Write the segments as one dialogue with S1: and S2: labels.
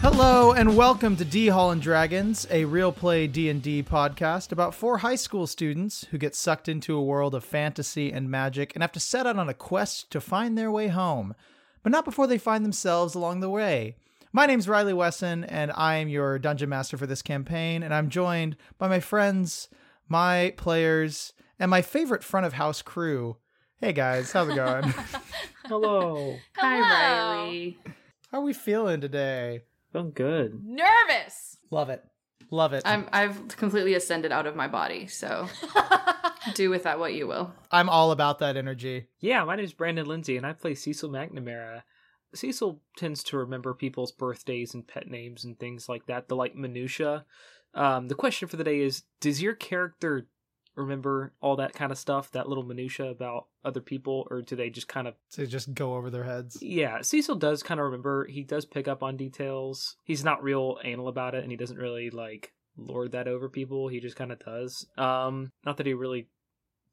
S1: Hello and welcome to D Hall and Dragons, a real play D&D podcast about four high school students who get sucked into a world of fantasy and magic and have to set out on a quest to find their way home, but not before they find themselves along the way. My name's Riley Wesson and I am your dungeon master for this campaign and I'm joined by my friends, my players, and my favorite front of house crew. Hey guys, how's it going?
S2: Hello.
S3: Hello.
S4: Hi, Riley.
S1: How are we feeling today?
S2: Feeling good.
S3: Nervous.
S1: Love it. Love it.
S4: I'm, I've completely ascended out of my body, so do with that what you will.
S1: I'm all about that energy.
S2: Yeah, my name's Brandon Lindsay, and I play Cecil McNamara. Cecil tends to remember people's birthdays and pet names and things like that, the like minutia. Um, the question for the day is: Does your character remember all that kind of stuff, that little minutia about other people, or do they just kind of?
S1: to just go over their heads.
S2: Yeah, Cecil does kind of remember. He does pick up on details. He's not real anal about it, and he doesn't really like lord that over people. He just kind of does. Um, not that he really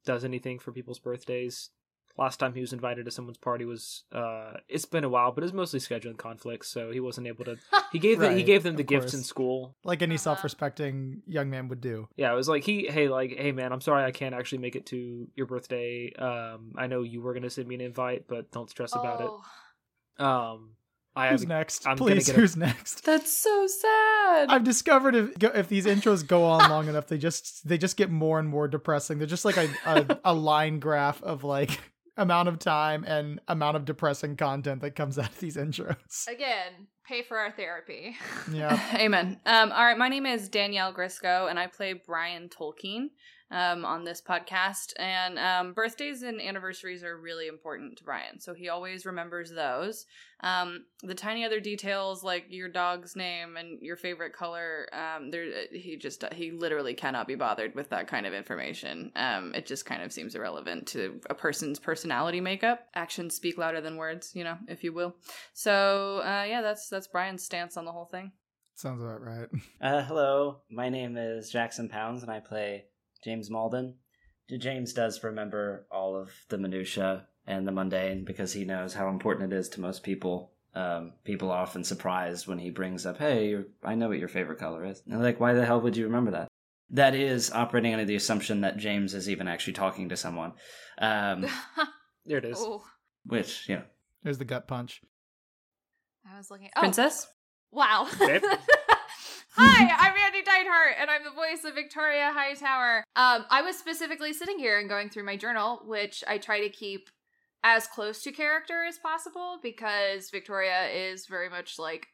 S2: does anything for people's birthdays. Last time he was invited to someone's party was uh, it's been a while, but it's mostly scheduling conflicts, so he wasn't able to. He gave the, he
S1: Right,
S2: gave them the
S1: of
S2: gifts in
S1: course.
S2: school,
S1: Like any
S3: Uh-huh.
S1: self-respecting young man would do.
S2: yeah it was like he hey like hey man i'm sorry i can't actually make it to your birthday um i know you were gonna send me an invite but don't stress about
S3: Oh.
S2: it um i
S1: who's
S2: have
S1: next?
S2: I'm gonna
S1: Please,
S2: get a-
S1: who's next?
S4: That's so sad.
S1: I've discovered if go- if these intros go on long enough, they just they just get more and more depressing. They're just like a a, a line graph of like amount of time and amount of depressing content that comes out of these intros.
S3: Again, pay for our therapy.
S1: Yeah.
S4: Amen. Um, all right, my name is Danielle Grisco, and I play Brian Tolkien um, on this podcast. And um, birthdays and anniversaries are really important to Brian, so he always remembers those. Um, the tiny other details, like your dog's name and your favorite color, um, there he just he literally cannot be bothered with that kind of information. Um, it just kind of seems irrelevant to a person's personality makeup. Actions speak louder than words, you know, if you will. So uh, yeah, that's that's Brian's stance on the whole thing.
S1: Sounds about right.
S5: Uh, hello, my name is Jackson Pounds, and I play James Malden. J- James does remember all of the minutia and the mundane because he knows how important it is to most people. Um, people are often surprised when he brings up, "Hey, your I know what your favorite color is," and they're like, "Why the hell would you remember that?" That is operating under the assumption that James is even actually talking to someone, um,
S2: there it is
S3: oh,
S5: which you know,
S1: There's the gut punch.
S3: I was looking. Oh,
S4: Princess?
S3: Wow.
S2: Yep.
S3: Hi, I'm Andy Deinhart, and I'm the voice of Victoria Hightower. Um, I was specifically sitting here and going through my journal, which I try to keep as close to character as possible because Victoria is very much like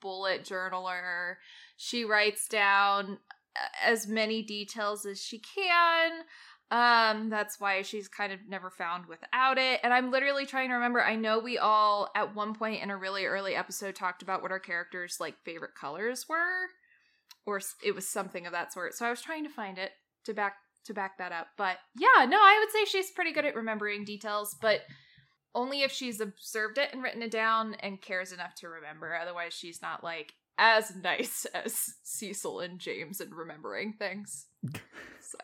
S3: bullet journaler. She writes down a- as many details as she can. Um, that's why she's kind of never found without it. And I'm literally trying to remember. I know we all at one point in a really early episode talked about what our characters' like favorite colors were, or s- it was something of that sort. So I was trying to find it to back to back that up. But yeah, no, I would say she's pretty good at remembering details, but only if she's observed it and written it down and cares enough to remember. Otherwise, she's not like as nice as Cecil and James in remembering things. So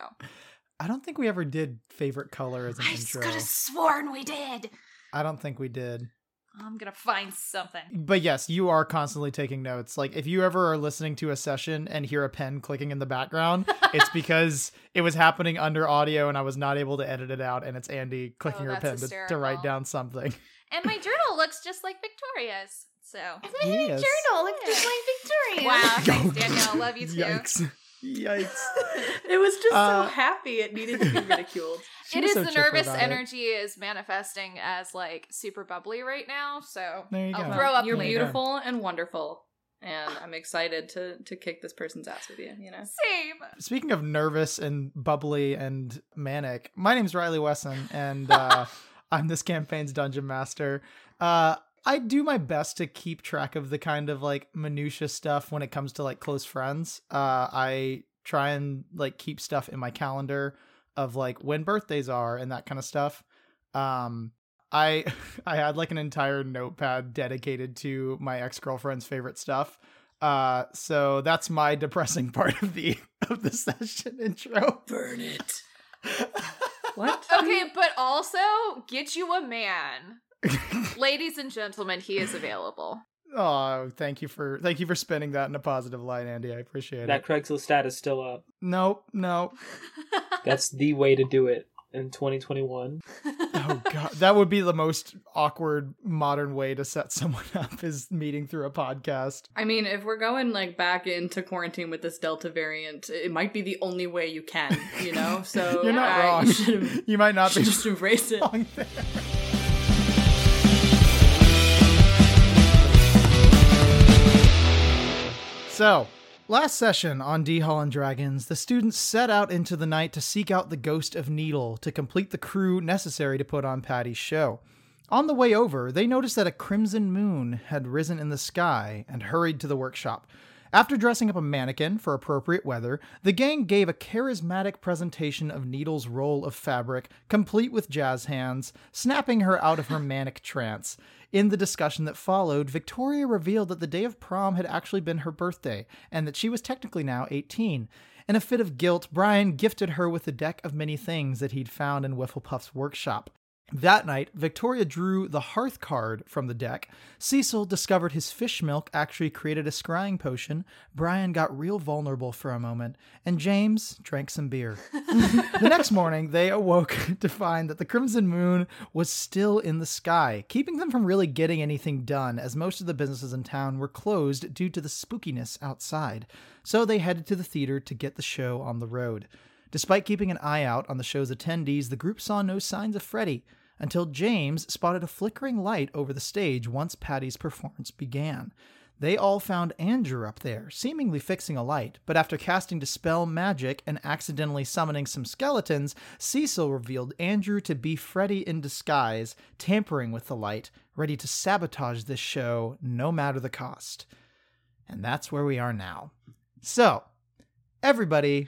S1: I don't think we ever did favorite color as an
S3: I just
S1: intro.
S3: could have sworn we did.
S1: I don't think we did.
S3: I'm gonna find something.
S1: But yes, you are constantly taking notes. Like if you ever are listening to a session and hear a pen clicking in the background, it's because it was happening under audio and I was not able to edit it out and it's Andy clicking her
S3: Oh, that's
S1: pen to, to
S3: hysterical.
S1: write down something.
S3: And my journal looks just like Victoria's. So
S1: Yes.
S3: looks just like Victoria's. Wow, thanks, Danielle. Love you too.
S1: Yikes. Yikes.
S4: It was just
S1: Uh,
S4: happy it needed to be ridiculed.
S1: She
S3: It
S1: was
S3: is
S1: so
S3: the
S1: chipper
S3: nervous
S1: about it.
S3: energy is manifesting as like super bubbly right now. So
S1: There you
S3: I'll
S1: go.
S3: throw up
S4: You're
S3: later.
S4: beautiful and wonderful. And I'm excited to to kick this person's ass with you, you know.
S3: Same.
S1: Speaking of nervous and bubbly and manic, my name's Riley Wesson, and uh, I'm this campaign's dungeon master. Uh, I do my best to keep track of the kind of like minutia stuff when it comes to like close friends. Uh, I try and like keep stuff in my calendar of like when birthdays are and that kind of stuff. Um, I I had like an entire notepad dedicated to my ex girlfriend's favorite stuff. Uh, so that's my depressing part of the of the session intro.
S4: Burn it. What?
S3: Okay, but also get you a man. Ladies and gentlemen, he is available.
S1: Oh, thank you for thank you for spinning that in a positive light, Andy. I appreciate
S2: That
S1: it.
S2: Craigslist stat is still up.
S1: Nope, nope.
S2: That's the way to do it in 2021.
S1: Oh god, that would be the most awkward modern way to set someone up is meeting through a podcast.
S4: I mean, if we're going like back into quarantine with this Delta variant, it might be the only way you can, you know? So
S1: You're not
S4: I
S1: wrong.
S4: should-
S1: You might not be
S4: should just embrace it.
S1: wrong there. So, last session on D Hall and Dragons, the students set out into the night to seek out the ghost of Needle to complete the crew necessary to put on Patty's show. On the way over, they noticed that a crimson moon had risen in the sky and hurried to the workshop. After dressing up a mannequin for appropriate weather, the gang gave a charismatic presentation of Needle's roll of fabric, complete with jazz hands, snapping her out of her manic trance. In the discussion that followed, Victoria revealed that the day of prom had actually been her birthday, and that she was technically now 18. In a fit of guilt, Brian gifted her with a deck of many things that he'd found in Wifflepuff's workshop. That night, Victoria drew the hearth card from the deck. Cecil discovered his fish milk actually created a scrying potion. Brian got real vulnerable for a moment, and James drank some beer. the next morning, they awoke to find that the Crimson Moon was still in the sky, keeping them from really getting anything done, as most of the businesses in town were closed due to the spookiness outside. So they headed to the theater to get the show on the road. Despite keeping an eye out on the show's attendees, the group saw no signs of Freddy until James spotted a flickering light over the stage once Patty's performance began. They all found Andrew up there, seemingly fixing a light, but after casting Dispel Magic and accidentally summoning some skeletons, Cecil revealed Andrew to be Freddy in disguise, tampering with the light, ready to sabotage this show no matter the cost. And that's where we are now. So, everybody,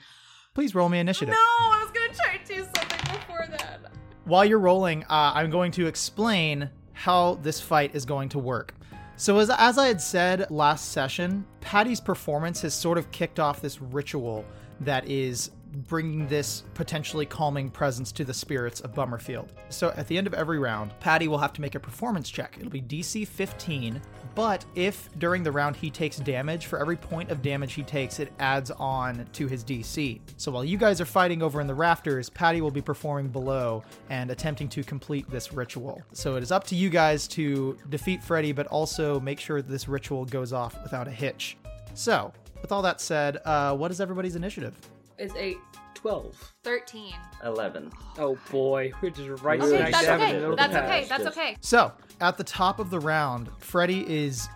S1: please roll me initiative.
S3: No, I was gonna try to do something before that.
S1: While you're rolling, uh, I'm going to explain how this fight is going to work. So, as, as I had said last session, Patty's performance has sort of kicked off this ritual that is bringing this potentially calming presence to the spirits of Bummerfield. So, at the end of every round, Patty will have to make a performance check. It'll be DC 15, but if during the round he takes damage, for every point of damage he takes, it adds on to his DC. So, while you guys are fighting over in the rafters, Patty will be performing below and attempting to complete this ritual. So it is up to you guys to defeat Freddy, but also make sure this ritual goes off without a hitch. So, with all that said, uh, what is everybody's initiative?
S4: It's eight.
S2: 12.
S3: 13.
S5: 11.
S2: Oh boy, we're just right
S5: Okay,
S2: smack
S3: that's
S2: dab in
S5: it
S2: the
S3: okay.
S2: middle of the
S3: That's
S5: overpass.
S3: okay.
S2: pack.
S3: That's
S5: Just-
S3: okay.
S1: So, at the top of the round, Freddy is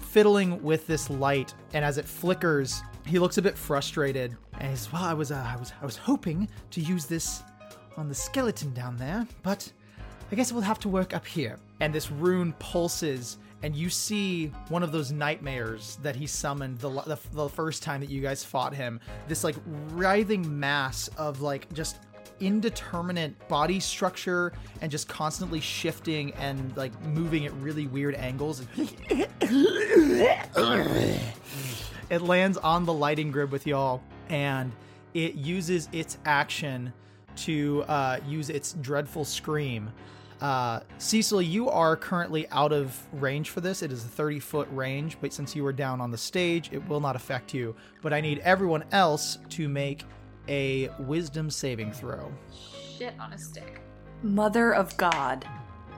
S1: fiddling with this light, and as it flickers, he looks a bit frustrated, and he's, "Well, I was, uh, I was, I was hoping to use this on the skeleton down there, but I guess we'll have to work up here." And this rune pulses, and you see one of those nightmares that he summoned the, the, the first time that you guys fought him. This like writhing mass of like just indeterminate body structure and just constantly shifting and like moving at really weird angles. it lands on the lighting grid with y'all and it uses its action to uh, use its dreadful scream. Uh, Cecil, you are currently out of range for this. It is a 30 foot range, but since you were down on the stage, it will not affect you. But I need everyone else to make a wisdom saving throw.
S3: Shit on a stick.
S6: Mother of God.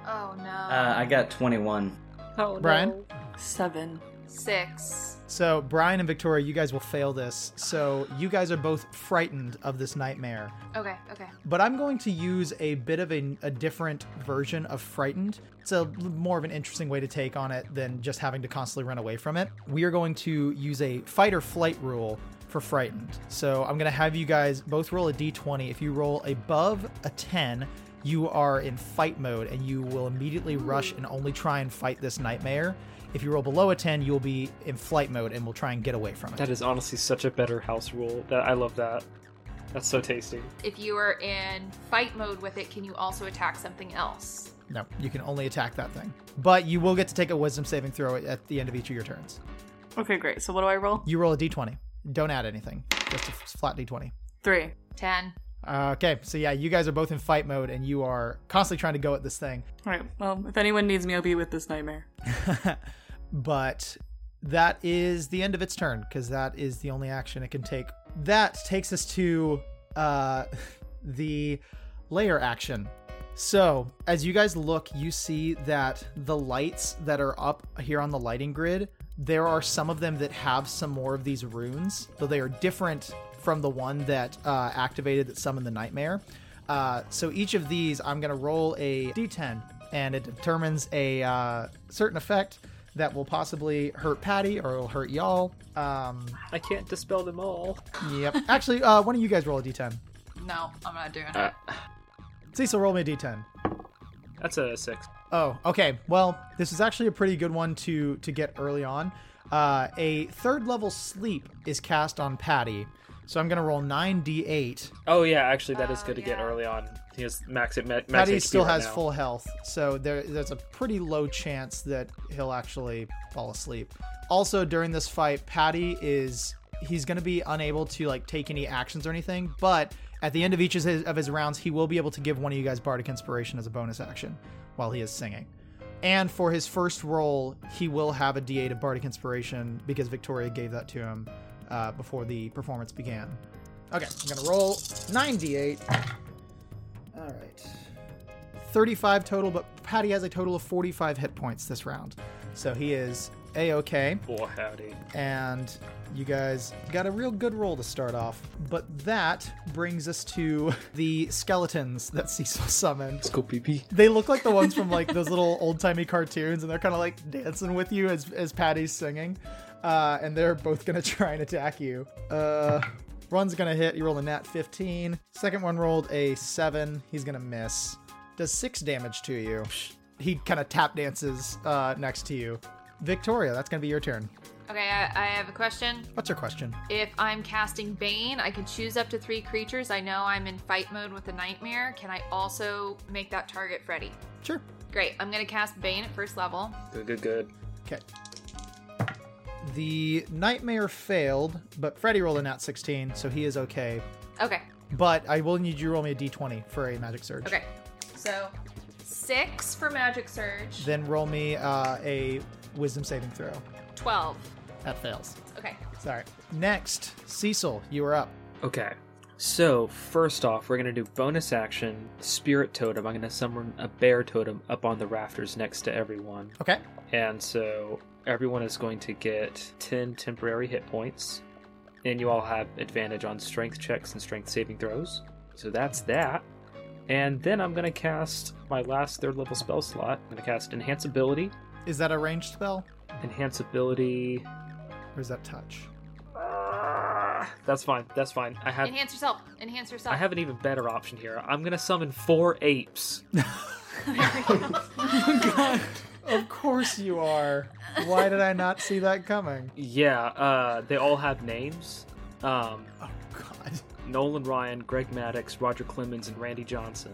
S3: Oh no.
S2: Um,
S5: Uh, I got 21.
S2: Oh,
S1: Brian?
S6: Seven.
S3: Six.
S1: So, Brian and Victoria, you guys will fail this. So, you guys are both frightened of this nightmare.
S3: Okay, okay.
S1: but I'm going to use a bit of a, a different version of frightened. It's a more of an interesting way to take on it than just having to constantly run away from it. We are going to use a fight or flight rule for frightened. So I'm going to have you guys both roll a d20. If you roll above a 10, you are in fight mode and you will immediately rush and only try and fight this nightmare. If you roll below a 10, you'll be in flight mode and will try and get away from it.
S2: That is honestly such a better house rule. That I love that. That's so tasty.
S3: If you are in fight mode with it, can you also attack something else?
S1: No, you can only attack that thing. But you will get to take a wisdom saving throw at the end of each of your turns.
S6: Okay, great. So what do I roll?
S1: You roll a d20. Don't add anything. Just a f- flat d20.
S6: Three.
S3: Ten.
S1: Uh, okay, so yeah, you guys are both in fight mode and you are constantly trying to go at this thing.
S6: All right. Well, if anyone needs me, I'll be with this nightmare.
S1: but that is the end of its turn because that is the only action it can take. That takes us to uh, the layer action. So, as you guys look, you see that the lights that are up here on the lighting grid, there are some of them that have some more of these runes, though they are different from the one that uh, activated that summoned the nightmare. Uh, so each of these, I'm going to roll a d10, and it determines a uh, certain effect that will possibly hurt Patty or it'll hurt y'all. Um,
S2: I can't dispel them all.
S1: yep. Actually, uh, why don't you guys roll a d10?
S3: No, I'm not doing
S2: Uh.
S3: it.
S1: Cecil, roll me a d10.
S2: That's a six.
S1: Oh, okay. Well, this is actually a pretty good one to to get early on. Uh, a third level sleep is cast on Patty, so I'm gonna roll nine d8.
S2: Oh yeah, actually that is good to get
S3: yeah.
S2: early on. He has max at ma- max
S1: Patty
S2: HP
S1: still
S2: right
S1: has
S2: now.
S1: full health, so there, there's a pretty low chance that he'll actually fall asleep. Also, during this fight, Patty is he's going to be unable to like take any actions or anything, but at the end of each of his, of his rounds, he will be able to give one of you guys bardic inspiration as a bonus action while he is singing. And for his first roll, he will have a D8 of bardic inspiration because Victoria gave that to him uh, before the performance began. Okay, I'm gonna roll nine D8. All right. 35 total, but Patty has a total of 45 hit points this round. So he is A OK.
S2: Boy, howdy.
S1: And you guys got a real good roll to start off. But that brings us to the skeletons that Cecil summoned.
S2: Let's go pee pee.
S1: They look like the ones from like those little old timey cartoons, and they're kind of like dancing with you as, as Patty's singing. Uh, and they're both going to try and attack you. Uh, one's going to hit. You roll a nat 15. Second one rolled a 7. He's going to miss. Does 6 damage to you. He kind of tap dances uh, next to you. Victoria, that's going to be your turn.
S3: Okay, I, I have a question.
S1: What's your question?
S3: If I'm casting Bane, I can choose up to three creatures. I know I'm in fight mode with the Nightmare. Can I also make that target Freddy?
S1: Sure.
S3: Great, I'm gonna cast Bane at first level.
S2: Good, good, good.
S1: Okay. The nightmare failed, but Freddy rolled a nat 16, so he is okay.
S3: Okay,
S1: But I will need you to roll me a d20 for a magic surge.
S3: okay. So six for Magic Surge,
S1: Then roll me uh, a wisdom saving throw.
S3: 12.
S1: That fails.
S3: Okay.
S1: Sorry. Next, Cecil, you are up.
S2: Okay. So, first off, we're going to do bonus action Spirit Totem. I'm going to summon a bear totem up on the rafters next to everyone.
S1: Okay.
S2: And so, everyone is going to get 10 temporary hit points. And you all have advantage on strength checks and strength saving throws. So, that's that. And then I'm going to cast my last third level spell slot. I'm going to cast Enhance Ability.
S1: Is that a ranged spell
S2: Enhance Ability.
S1: or is that touch?
S2: Ah, that's fine. That's fine. I have.
S3: Enhance yourself. Enhance yourself.
S2: I have an even better option here. I'm gonna summon four apes.
S1: Of course you are. Why did I not see that coming?
S2: Yeah, uh, they all have names. Um,
S1: Oh, God.
S2: Nolan Ryan, Greg Maddox, Roger Clemens, and Randy Johnson.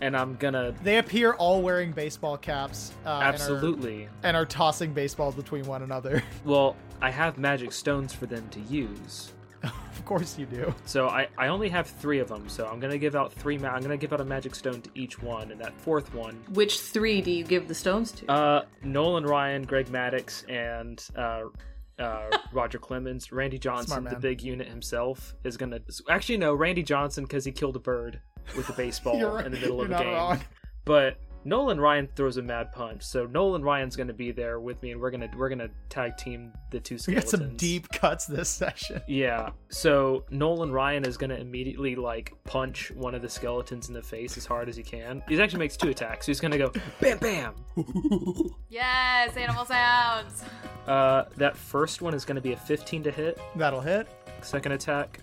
S2: and I'm gonna
S1: They appear all wearing baseball caps. Uh, and are-
S2: absolutely.
S1: and are tossing baseballs between one another.
S2: Well, I have magic stones for them to use.
S1: of course you do.
S2: So I, I only have three of them. So I'm gonna give out three. Ma- I'm gonna give out a magic stone to each one, and that fourth one.
S6: Which three do you give the stones to?
S2: Uh, Nolan Ryan, Greg Maddox, and uh, uh, Roger Clemens, Randy Johnson, the
S1: man.
S2: big unit himself, is gonna. Actually, no, Randy Johnson because he killed a bird with a baseball
S1: You're right.
S2: in the middle of
S1: You're
S2: a
S1: not
S2: game.
S1: wrong.
S2: But Nolan Ryan throws a mad punch, so Nolan Ryan's gonna be there with me, and we're gonna we're gonna tag team the two
S1: We got
S2: skeletons.
S1: some deep cuts this session.
S2: Yeah. So Nolan Ryan is gonna immediately like punch one of the skeletons in the face as hard as he can. He actually makes two attacks. He's gonna go bam bam.
S3: Yes, animal sounds.
S2: Uh, that first one is going to be a 15 to hit.
S1: That'll hit.
S2: Second attack.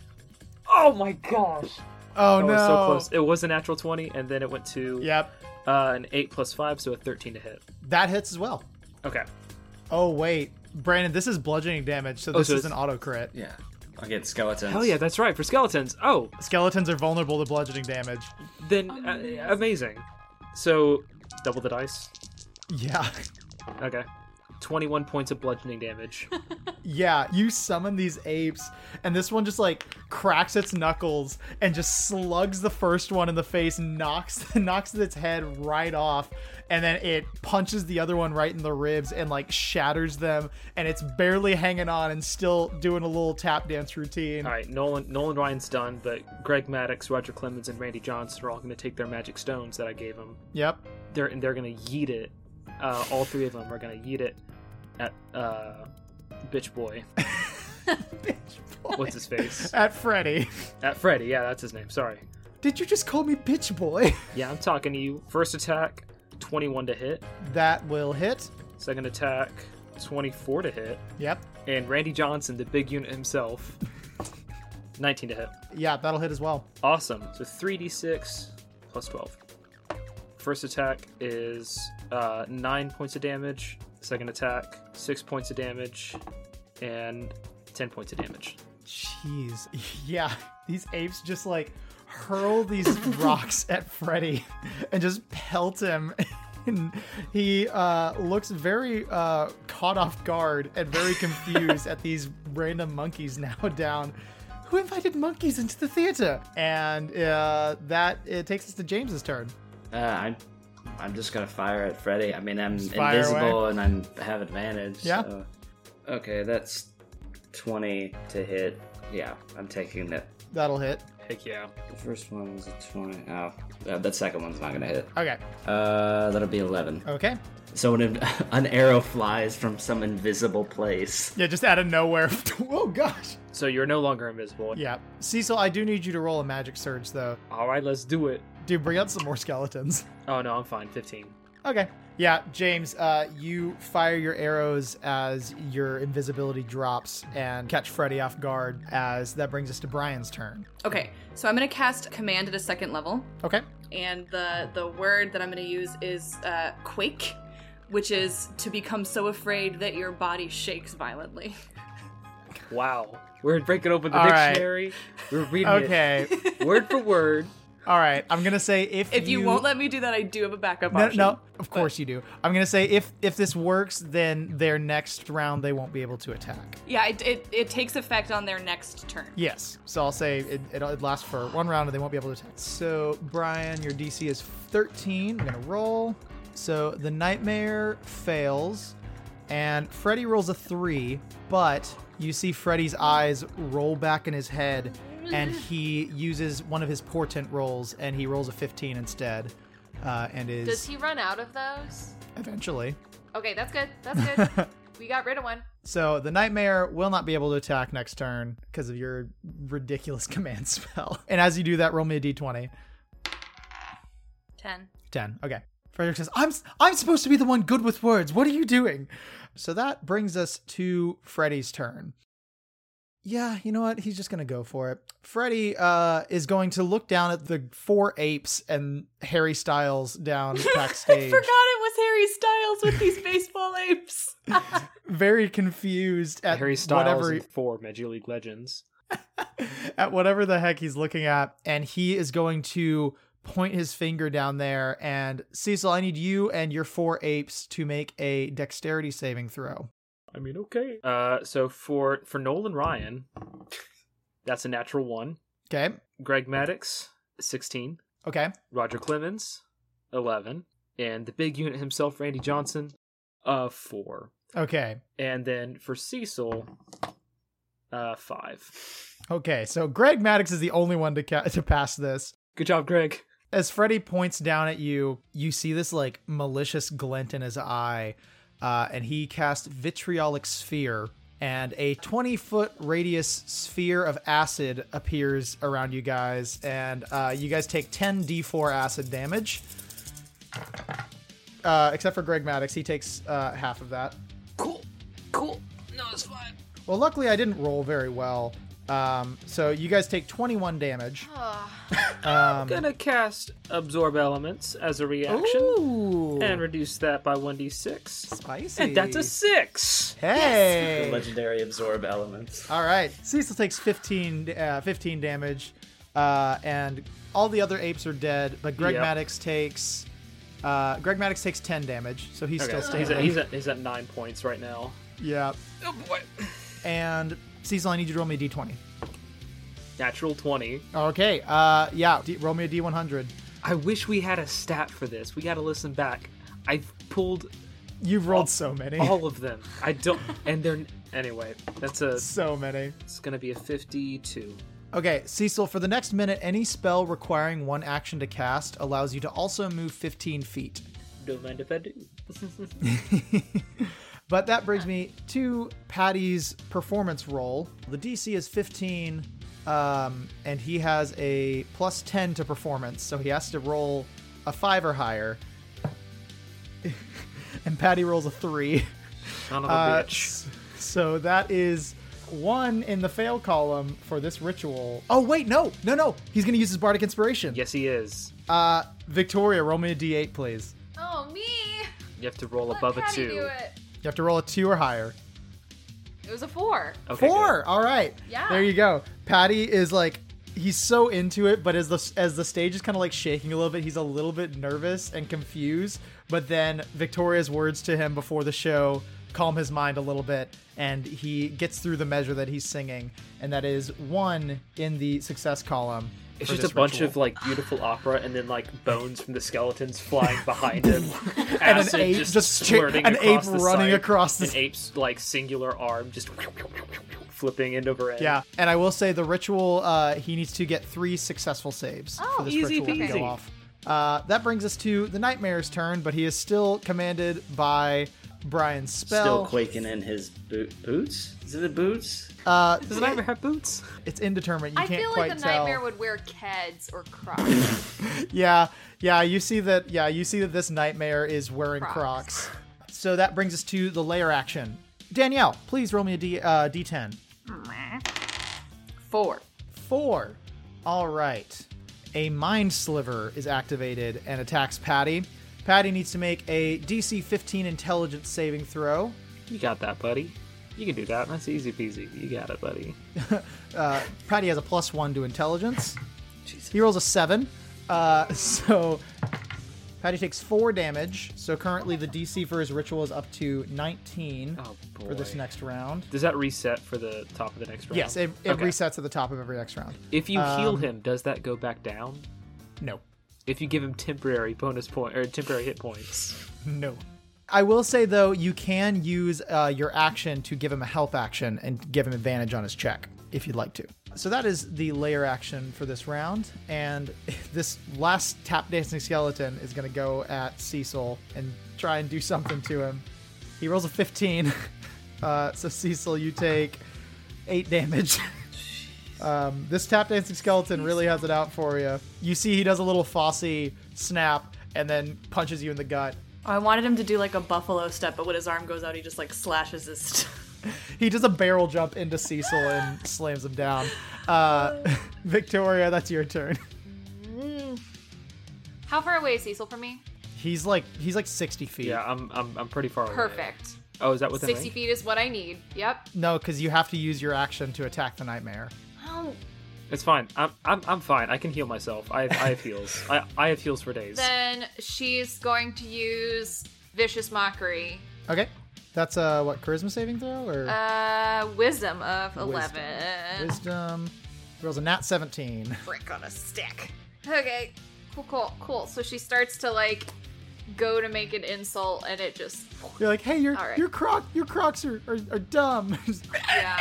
S2: Oh my gosh!
S1: Oh,
S2: That
S1: no.
S2: was so close. It was a natural 20, and then it went to
S1: Yep.
S2: uh, an 8 plus 5, so a 13 to hit.
S1: That hits as well.
S2: Okay.
S1: Oh wait, Brandon, this is bludgeoning damage, so
S2: Oh,
S1: this
S2: so
S1: is an
S2: it's-
S1: auto crit.
S5: Yeah. I get skeletons.
S2: Hell yeah, that's right. For skeletons. Oh,
S1: Skeletons are vulnerable to bludgeoning damage.
S2: then amazing. Uh, amazing. So double the dice.
S1: Yeah.
S2: Okay. 21 points of bludgeoning damage.
S1: Yeah, you summon these apes, and this one just like cracks its knuckles and just slugs the first one in the face, knocks knocks its head right off, and then it punches the other one right in the ribs and like shatters them, and it's barely hanging on and still doing a little tap dance routine.
S2: All right, Nolan Nolan Ryan's done, but Greg Maddox, Roger Clemens, and Randy Johnson are all going to take their magic stones that I gave them.
S1: Yep.
S2: They're and they're going to yeet it. Uh, all three of them are going to yeet it at uh, bitch boy.
S1: Bitch boy.
S2: What's his face?
S1: At Freddy.
S2: at Freddy. Yeah, that's his name. Sorry.
S1: Did you just call me bitch boy?
S2: Yeah, I'm talking to you. First attack, 21 to hit.
S1: That will hit.
S2: Second attack, 24 to hit.
S1: Yep.
S2: And Randy Johnson, the big unit himself, 19 to hit.
S1: Yeah, that'll hit as well.
S2: Awesome. So 3d6 plus 12. First attack is uh, 9 points of damage. Second attack, 6 points of damage. And 10 points of damage.
S1: Jeez. Yeah, these apes just like hurl these rocks at Freddy and just pelt him. And he uh, looks very uh, caught off guard and very confused at these random monkeys now down. Who invited monkeys into the theater? And uh, that it takes us to James's turn.
S5: Uh, I'm, I'm just gonna fire at Freddy. I mean, I'm
S1: Just fire
S5: invisible and I'm have advantage.
S1: Yeah.
S5: so- Okay, that's twenty to hit. Yeah, I'm taking it.
S1: That'll hit.
S2: Heck yeah.
S5: The first one was a twenty. Oh, uh, that second one's not gonna hit.
S1: Okay.
S5: Uh, that'll be eleven.
S1: Okay.
S5: So an an arrow flies from some invisible place.
S1: Yeah, just out of nowhere. oh gosh.
S2: So you're no longer invisible.
S1: Yeah, Cecil, I do need you to roll a magic surge though.
S2: All right, let's do it.
S1: Dude, bring out some more skeletons.
S2: Oh no, I'm fine. 15.
S1: Okay. Yeah, James, uh, you fire your arrows as your invisibility drops and catch Freddy off guard as that brings us to Brian's turn.
S4: Okay, so I'm gonna cast command at a second level,
S1: Okay.
S4: and the the word that I'm gonna use is uh, quake, which is to become so afraid that your body shakes violently.
S2: Wow. We're breaking open the
S1: All right.
S2: dictionary. We're reading
S1: Okay.
S2: it word for word.
S1: All right. I'm going to say if
S4: If you, won't let me do that, I do have a backup
S1: no,
S4: option.
S1: no, of course you do. I'm gonna say if if this works, then their next round they won't be able to attack.
S4: Yeah, it, it, it takes effect on their next turn.
S1: Yes, so I'll say it, it, it lasts for one round and they won't be able to attack. So Brian, your DC is 13. I'm gonna roll. So the nightmare fails, and Freddy rolls a three, but you see Freddy's eyes roll back in his head, and he uses one of his portent rolls, and he rolls a 15 instead, uh, and is
S3: Does he run out of those?
S1: eventually.
S3: Okay, that's good. That's good. we got rid of one.
S1: So the nightmare will not be able to attack next turn because of your ridiculous command spell. And as you do that, roll me a d20.
S4: 10.
S1: 10. Okay. Frederick says, "I'm I'm supposed to be the one good with words. What are you doing?" So that brings us to Freddy's turn. Yeah, you know what? He's just going to go for it. Freddy uh, is going to look down at the four apes and Harry Styles down
S4: I
S1: backstage.
S4: forgot it was Harry Styles with these baseball apes.
S1: Very confused at
S2: Harry Styles
S1: whatever
S2: and four Major League Legends.
S1: at whatever the heck he's looking at, and he is going to point his finger down there. And Cecil, I need you and your four apes to make a dexterity saving throw.
S2: I mean, okay. Uh, so for for Nolan Ryan, that's a natural one.
S1: Okay.
S2: Greg Maddox, sixteen.
S1: Okay.
S2: Roger Clemens, eleven, and the big unit himself, Randy Johnson, uh, four.
S1: Okay.
S2: And then for Cecil, uh, five.
S1: Okay. So Greg Maddox is the only one to ca- to pass this.
S2: Good job, Greg.
S1: As Freddy points down at you, you see this like malicious glint in his eye, uh, and he casts vitriolic sphere. And a 20 foot radius sphere of acid appears around you guys, and uh, you guys take 10 d4 acid damage. Uh, except for Greg Maddox, he takes uh, half of that.
S2: Cool, cool. No, it's fine.
S1: Well, luckily I didn't roll very well, um, so you guys take 21 damage.
S3: Ugh.
S1: Um,
S2: Gonna cast absorb elements as a reaction
S1: Ooh,
S2: and reduce that by one d six,
S1: spicy.
S2: and that's a six.
S1: Hey!
S5: The legendary absorb elements.
S1: All right. Cecil takes 15, uh, 15 damage, uh, and all the other apes are dead, but Greg
S2: Yep.
S1: Maddox takes Uh, Greg Maddox takes 10 damage, so he's
S2: Okay.
S1: still standing.
S2: he's, at, he's, at, he's at nine points right now.
S1: yeah.
S2: Oh boy.
S1: And Cecil, I need you to roll me a d20.
S2: Natural 20.
S1: Okay. Uh, yeah. D- roll me a d100.
S2: I wish we had a stat for this. We got to listen back. I've pulled
S1: You've rolled so many.
S2: all of them. I don't. And they're. Anyway, that's a.
S1: so many.
S2: It's going to be a 52.
S1: Okay, Cecil, for the next minute, any spell requiring one action to cast allows you to also move 15 feet.
S2: Don't mind if I do.
S1: but that brings me to Patty's performance roll. The DC is 15, um, and he has a plus 10 to performance, so he has to roll a 5 or higher. and Patty rolls a 3.
S2: Son of a
S1: Uh,
S2: bitch.
S1: s- So that is one in the fail column for this ritual. Oh wait, no, no, no. He's gonna use his bardic inspiration.
S2: Yes, he is.
S1: Uh, Victoria, roll me a d8, please.
S3: Oh me!
S2: You have to roll
S3: Let
S2: above a
S3: Patty
S2: two.
S3: do it.
S1: You have to roll a two or higher.
S3: It was a four.
S2: Okay, good.
S1: Four. All right.
S3: Yeah.
S1: There you go. Patty is like. He's so into it, but as the as the stage is kind of like shaking a little bit, he's a little bit nervous and confused. But then Victoria's words to him before the show calm his mind a little bit, and he gets through the measure that he's singing, and that is one in the success column.
S2: It's
S1: for
S2: just a
S1: this
S2: bunch
S1: ritual.
S2: of like beautiful opera, and then like bones from the skeletons flying behind him,
S1: and an
S2: Acid
S1: ape just, cha-
S2: squirting
S1: an ape
S2: across the
S1: running
S2: site.
S1: across the
S2: an ape's like singular arm just flipping end over end.
S1: Yeah, and I will say the ritual. Uh, he needs to get three successful saves
S3: Oh,
S1: for this
S2: easy
S1: ritual to
S2: peasy.
S1: go off. Uh, that brings us to the nightmare's turn, but he is still commanded by Brian's
S5: Still
S1: spell.
S5: quaking in his boot boots. Is it the boots?
S1: uh,
S2: Does the nightmare have boots?
S1: it's indeterminate. You
S3: I
S1: can't
S3: feel
S1: quite
S3: like the
S1: tell.
S3: nightmare would wear Keds or Crocs.
S1: yeah, yeah. You see that? Yeah, you see that this nightmare is wearing Crocs.
S3: Crocs.
S1: So that brings us to the layer action. Danielle, please roll me a D, uh, D10.
S6: Four.
S1: Four. All right. A mind sliver is activated and attacks Patty. Patty needs to make a DC 15 intelligence saving throw.
S2: You got that, buddy. You can do that. That's easy peasy. You got it, buddy.
S1: Uh, Patty has a plus one to intelligence. He rolls a seven. Uh, so Patty takes four damage. So currently the DC for his ritual is up to 19
S2: Oh boy.
S1: for this next round.
S2: Does that reset for the top of the next round?
S1: Yes, it, it um,
S2: Okay.
S1: resets at the top of every next round.
S2: If you heal him, does that go back down?
S1: No.
S2: If you give him temporary bonus point or temporary hit points,
S1: No. I will say though, you can use uh, your action to give him a help action and give him advantage on his check if you'd like to. So that is the layer action for this round, and this last tap dancing skeleton is going to go at Cecil and try and do something to him. He rolls a 15, uh, so Cecil, you take eight damage. Um, this tap dancing skeleton really has it out for you. You see, he does a little Fosse snap and then punches you in the gut.
S6: I wanted him to do like a buffalo step, but when his arm goes out, he just like slashes his. St-
S1: he does a barrel jump into Cecil and slams him down. Uh, Victoria, that's your turn.
S3: How far away is Cecil from me?
S1: He's like he's like sixty feet.
S2: yeah, I'm I'm, I'm pretty far away.
S3: Perfect.
S2: Oh, is that what
S3: 60 feet is what I need. Yep.
S1: No, because you have to use your action to attack the nightmare.
S3: Oh,
S2: It's fine. I'm, I'm, I'm fine. I can heal myself. I have, I have heals. I, I have heals for days.
S3: then she's going to use Vicious Mockery.
S1: Okay, that's uh what charisma saving throw or
S3: Uh, Wisdom of 11.
S1: wisdom. He rolls a nat seventeen.
S3: Brick on a stick. Okay. Cool, cool, cool. So she starts to like go to make an insult and it just.
S1: You're like, hey, your
S3: All right.
S1: your croc your crocs are are, are dumb.
S3: Yeah,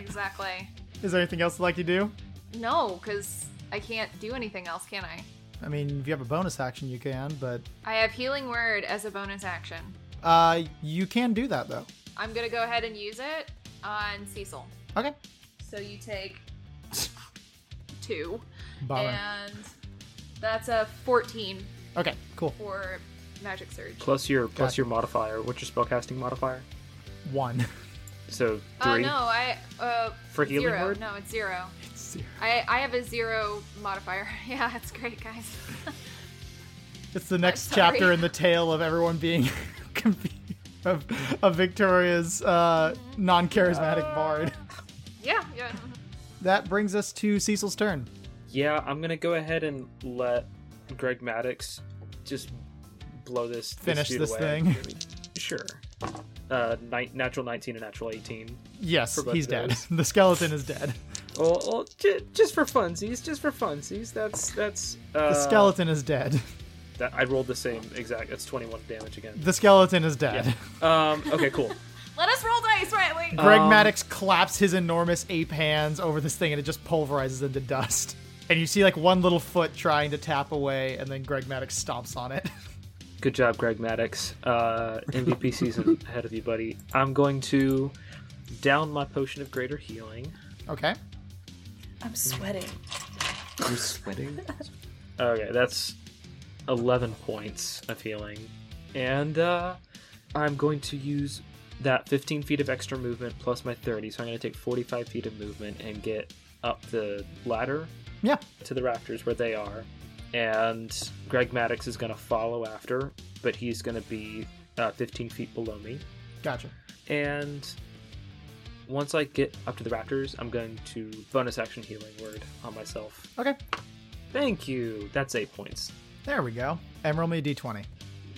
S3: exactly.
S1: Is there anything else you'd like to do?
S3: No, because I can't do anything else, can I?
S1: I mean, if you have a bonus action, you can, but
S3: I have Healing Word as a bonus action.
S1: uh, you can do that though.
S3: I'm gonna go ahead and use it on Cecil.
S1: Okay,
S3: So you take two,
S1: bummer.
S3: and that's a 14
S1: Okay, cool.
S3: for magic surge.
S2: plus your plus
S1: Gotcha.
S2: your modifier. What's your spellcasting modifier?
S1: One.
S2: So
S3: Uh,
S2: three.
S3: no, I uh
S2: For healing
S3: zero.
S2: word?
S3: No, it's zero.
S1: Zero.
S3: I I have a zero modifier. yeah, it's great, guys.
S1: It's the next
S3: sorry.
S1: chapter in the tale of everyone being confused of, of Victoria's uh, non-charismatic bard.
S3: yeah, yeah.
S1: That brings us to Cecil's turn.
S2: Yeah, I'm gonna go ahead and let Greg Maddox just blow this
S1: Finish
S2: dude
S1: this
S2: away.
S1: thing.
S2: Sure. Uh, ni- natural nineteen and natural eighteen.
S1: Yes,
S2: For both
S1: he's
S2: of
S1: dead.
S2: those.
S1: The skeleton is dead.
S2: Oh, oh j- just for funsies, just for funsies. That's that's uh,
S1: The skeleton is dead.
S2: That, I rolled the same exact. That's twenty-one damage again.
S1: The skeleton is dead.
S2: Um. Okay. Cool.
S3: Let us roll dice, Riley.
S1: Greg
S2: Um,
S1: Maddox claps his enormous ape hands over this thing and it just pulverizes into dust. And you see like one little foot trying to tap away, and then Greg Maddox stomps on it.
S2: Good job, Greg Maddox. Uh, MVP season ahead of you, buddy. I'm going to down my potion of greater healing.
S1: okay.
S6: I'm sweating.
S5: I'm sweating.
S2: Okay, that's 11 points of healing. And uh, I'm going to use that 15 feet of extra movement plus my 30. So I'm going to take 45 feet of movement and get up the ladder
S1: Yeah.
S2: to the rafters where they are. And Greg Maddox is going to follow after, but he's going to be uh, 15 feet below me.
S1: Gotcha.
S2: And once I get up to the raptors, I'm going to bonus action healing word on myself.
S1: Okay.
S2: Thank you. That's eight points.
S1: There we go. And roll me a d20.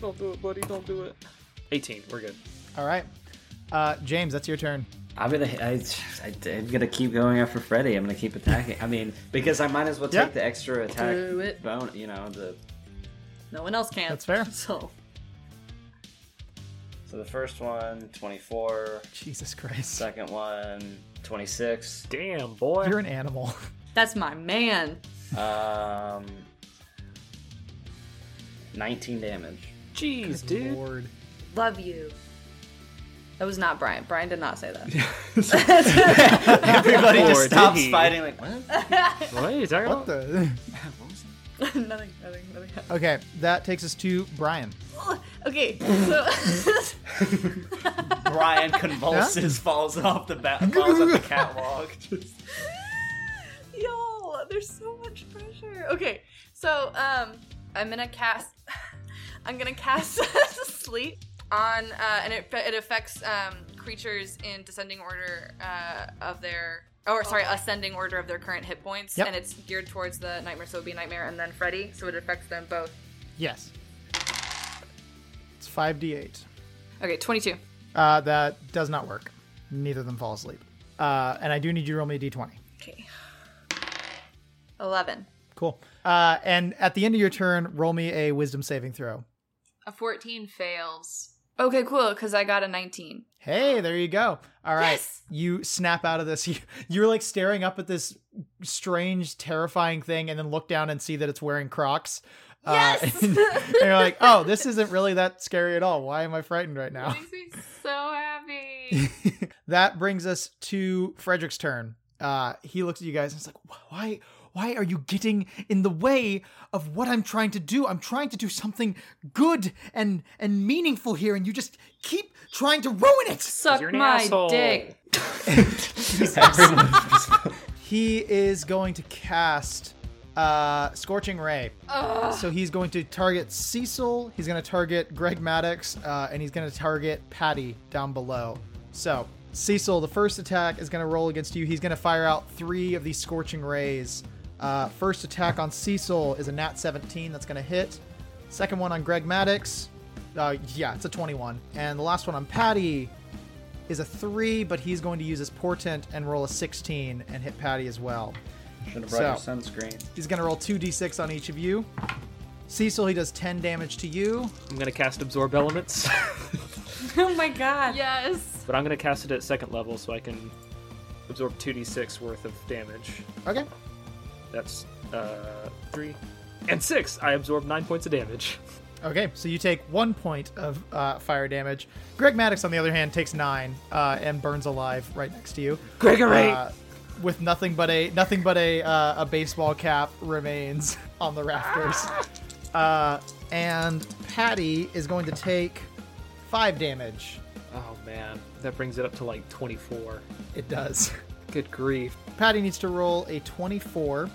S2: Don't do it, buddy. Don't do it. 18. We're good.
S1: All right. Uh, James, that's your turn.
S5: I'm gonna. I, I, am gonna keep going after Freddy. I'm gonna keep attacking. I mean, because I might as well take
S1: Yeah.
S5: the extra attack
S6: Do it.
S5: bone. You know, the
S6: No one else can.
S1: That's fair.
S6: So
S5: so the first one, 24.
S1: Jesus Christ.
S5: Second one, 26.
S2: Damn, boy.
S1: You're an animal.
S6: that's my man.
S5: Um, 19 damage.
S2: Jeez, dude.
S1: Lord.
S6: Love you. That was not Brian. Brian did not say that.
S5: Everybody
S2: just Or did stops he? fighting,
S5: fighting. Like what?
S2: What are you talking
S1: What
S2: about?
S1: the?
S6: nothing, nothing, nothing. happened.
S1: Okay, that takes us to Brian.
S6: Okay, so
S5: Brian convulses, falls off the bat, falls off the catwalk.
S6: Y'all, there's so much pressure. Okay, so um, I'm gonna cast. I'm gonna cast sleep on, uh, and it it affects um creatures in descending order uh, of their. Or sorry, ascending order of their current hit points,
S1: Yep.
S6: and it's geared towards the Nightmare Sobey, Nightmare, and then Freddy, so it affects them both.
S1: Yes. It's 5d8.
S6: Okay, twenty-two.
S1: Uh, that does not work. Neither of them fall asleep. Uh, and I do need you to roll me a d20.
S6: Okay, eleven.
S1: Cool. Uh, and at the end of your turn, roll me a wisdom saving throw.
S3: A 14 fails.
S6: Okay, cool, because I got a nineteen.
S1: Hey, there you go. All right.
S6: Yes!
S1: You snap out of this. You, you're like staring up at this strange, terrifying thing and then look down and see that it's wearing Crocs. Uh,
S6: Yes!
S1: and, you're like, oh, this isn't really that scary at all. Why am I frightened right now?
S3: That makes me so happy.
S1: that brings us to Frederick's turn. Uh, he looks at you guys and is like, "Wh- "Why, why are you getting in the way of what I'm trying to do? I'm trying to do something good and and meaningful here, and you just keep trying to ruin it."
S4: Suck
S2: You're an
S4: my
S2: asshole.
S4: dick.
S1: He is going to cast uh, Scorching Ray.
S3: Ugh.
S1: So he's going to target Cecil. He's going to target Greg Maddox, uh, and he's going to target Patty down below. So Cecil, the first attack is going to roll against you. He's going to fire out three of these scorching rays. Uh, first attack on Cecil is a nat 17. That's going to hit. Second one on Greg Maddox. Uh, yeah, it's a 21. And the last one on Patty is a three, but he's going to use his portent and roll a 16 and hit Patty as well.
S5: Should have
S1: brought
S5: brought
S1: So.
S5: your sunscreen.
S1: He's going to roll 2d6 on each of you. Cecil, he does 10 damage to you.
S2: I'm going to cast Absorb Elements,
S4: Oh my god.
S3: Yes.
S2: but I'm going to cast it at second level so I can absorb 2d6 worth of damage.
S1: Okay.
S2: That's uh, 3 and 6. I absorb 9 points of damage.
S1: Okay, so you take one point of uh, fire damage. Greg Maddox, on the other hand, takes nine uh, and burns alive right next to you.
S2: Gregory!
S1: Uh, with nothing but a nothing but a uh, a baseball cap remains on the rafters. Uh, and Patty is going to take five damage.
S2: oh, man. That brings it up to like 24.
S1: It does.
S2: Good grief.
S1: Patty needs to roll a 24.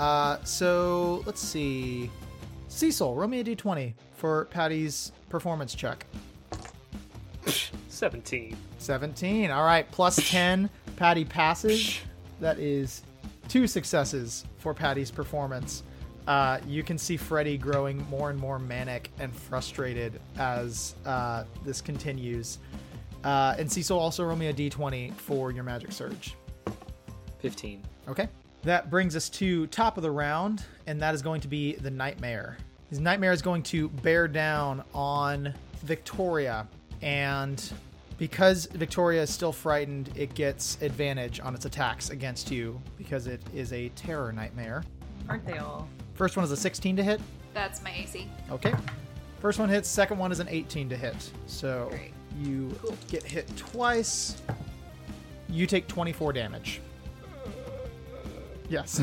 S1: Uh, so let's see. Cecil, roll me a d20 for Patty's performance check.
S2: 17.
S1: 17. All right, plus 10. Patty passes. That is two successes for Patty's performance. Uh, you can see Freddy growing more and more manic and frustrated as uh, this continues. Uh, and Cecil also roll me a d20 for your magic surge.
S2: 15.
S1: Okay. That brings us to top of the round, and that is going to be the nightmare. His nightmare is going to bear down on Victoria, and because Victoria is still frightened, it gets advantage on its attacks against you because it is a terror nightmare.
S4: Aren't they all?
S1: First one is a 16 to hit.
S3: That's my AC.
S1: Okay. First one hits, second one is an 18 to hit. So
S3: Great.
S1: you get hit twice. You take 24 damage. Yes.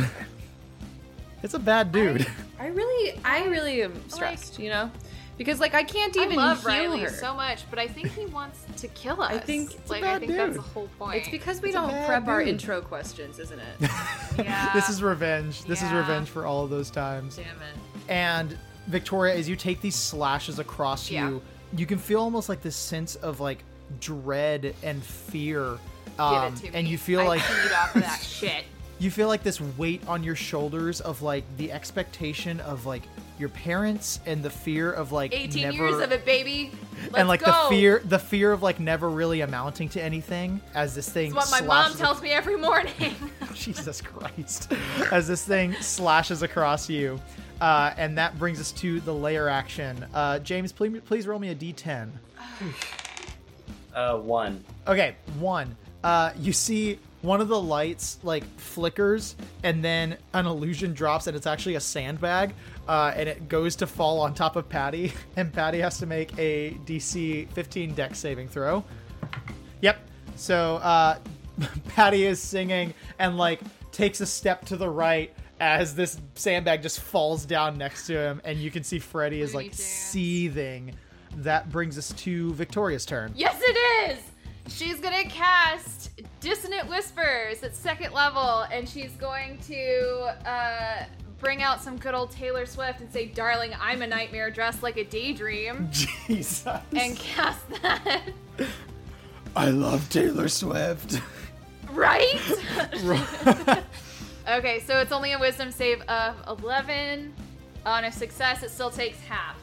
S1: it's a bad dude.
S4: I really, I really am stressed, you know, because like I can't even
S3: I love
S4: heal
S3: Riley
S4: her.
S3: so much, but I think he wants to kill us.
S4: I think- It's
S1: a
S3: like
S1: bad
S3: I think that's the
S1: dude.
S3: whole point.
S4: it's because we
S1: It's a
S4: don't
S1: bad
S4: prep our
S1: dude.
S4: intro questions, isn't it?
S3: Yeah.
S1: this is revenge. This is
S3: uh, Yeah.
S1: revenge for all of those times.
S4: Damn it.
S1: And Victoria, as you take these slashes across
S3: Yeah.
S1: you, you can feel almost like this sense of like dread and fear.
S3: Give
S1: Um,
S3: it to me.
S1: and you feel
S3: I
S1: like
S3: feed off of that shit.
S1: you feel like this weight on your shoulders of like the expectation of like your parents and the fear of like
S3: 18
S1: never
S3: years of it, baby. Let's
S1: and like
S3: go.
S1: the fear the fear of like never really amounting to anything as this thing
S3: It's what my mom
S1: slashes
S3: tells me every morning.
S1: Jesus Christ. As this thing slashes across you. Uh, and that brings us to the layer action. Uh, James, please, please roll me a d10.
S5: Uh, one.
S1: Okay, one. Uh, you see one of the lights like flickers, and then an illusion drops, and it's actually a sandbag, uh, and it goes to fall on top of Patty, and Patty has to make a DC 15 Dex saving throw. Yep. So uh, Patty is singing and like takes a step to the right as this sandbag just falls down next to him, and you can see Freddy is
S3: Looney
S1: like
S3: Tunes.
S1: seething. That brings us to Victoria's turn.
S3: yes, it is. She's gonna cast Dissonant Whispers at second level, and she's going to uh, bring out some good old Taylor Swift and say, "Darling, I'm a nightmare dressed like a daydream,"
S1: Jesus.
S3: and cast that.
S1: I love Taylor Swift.
S3: Right? Okay, so it's only a wisdom save of 11. On a success, it still takes half.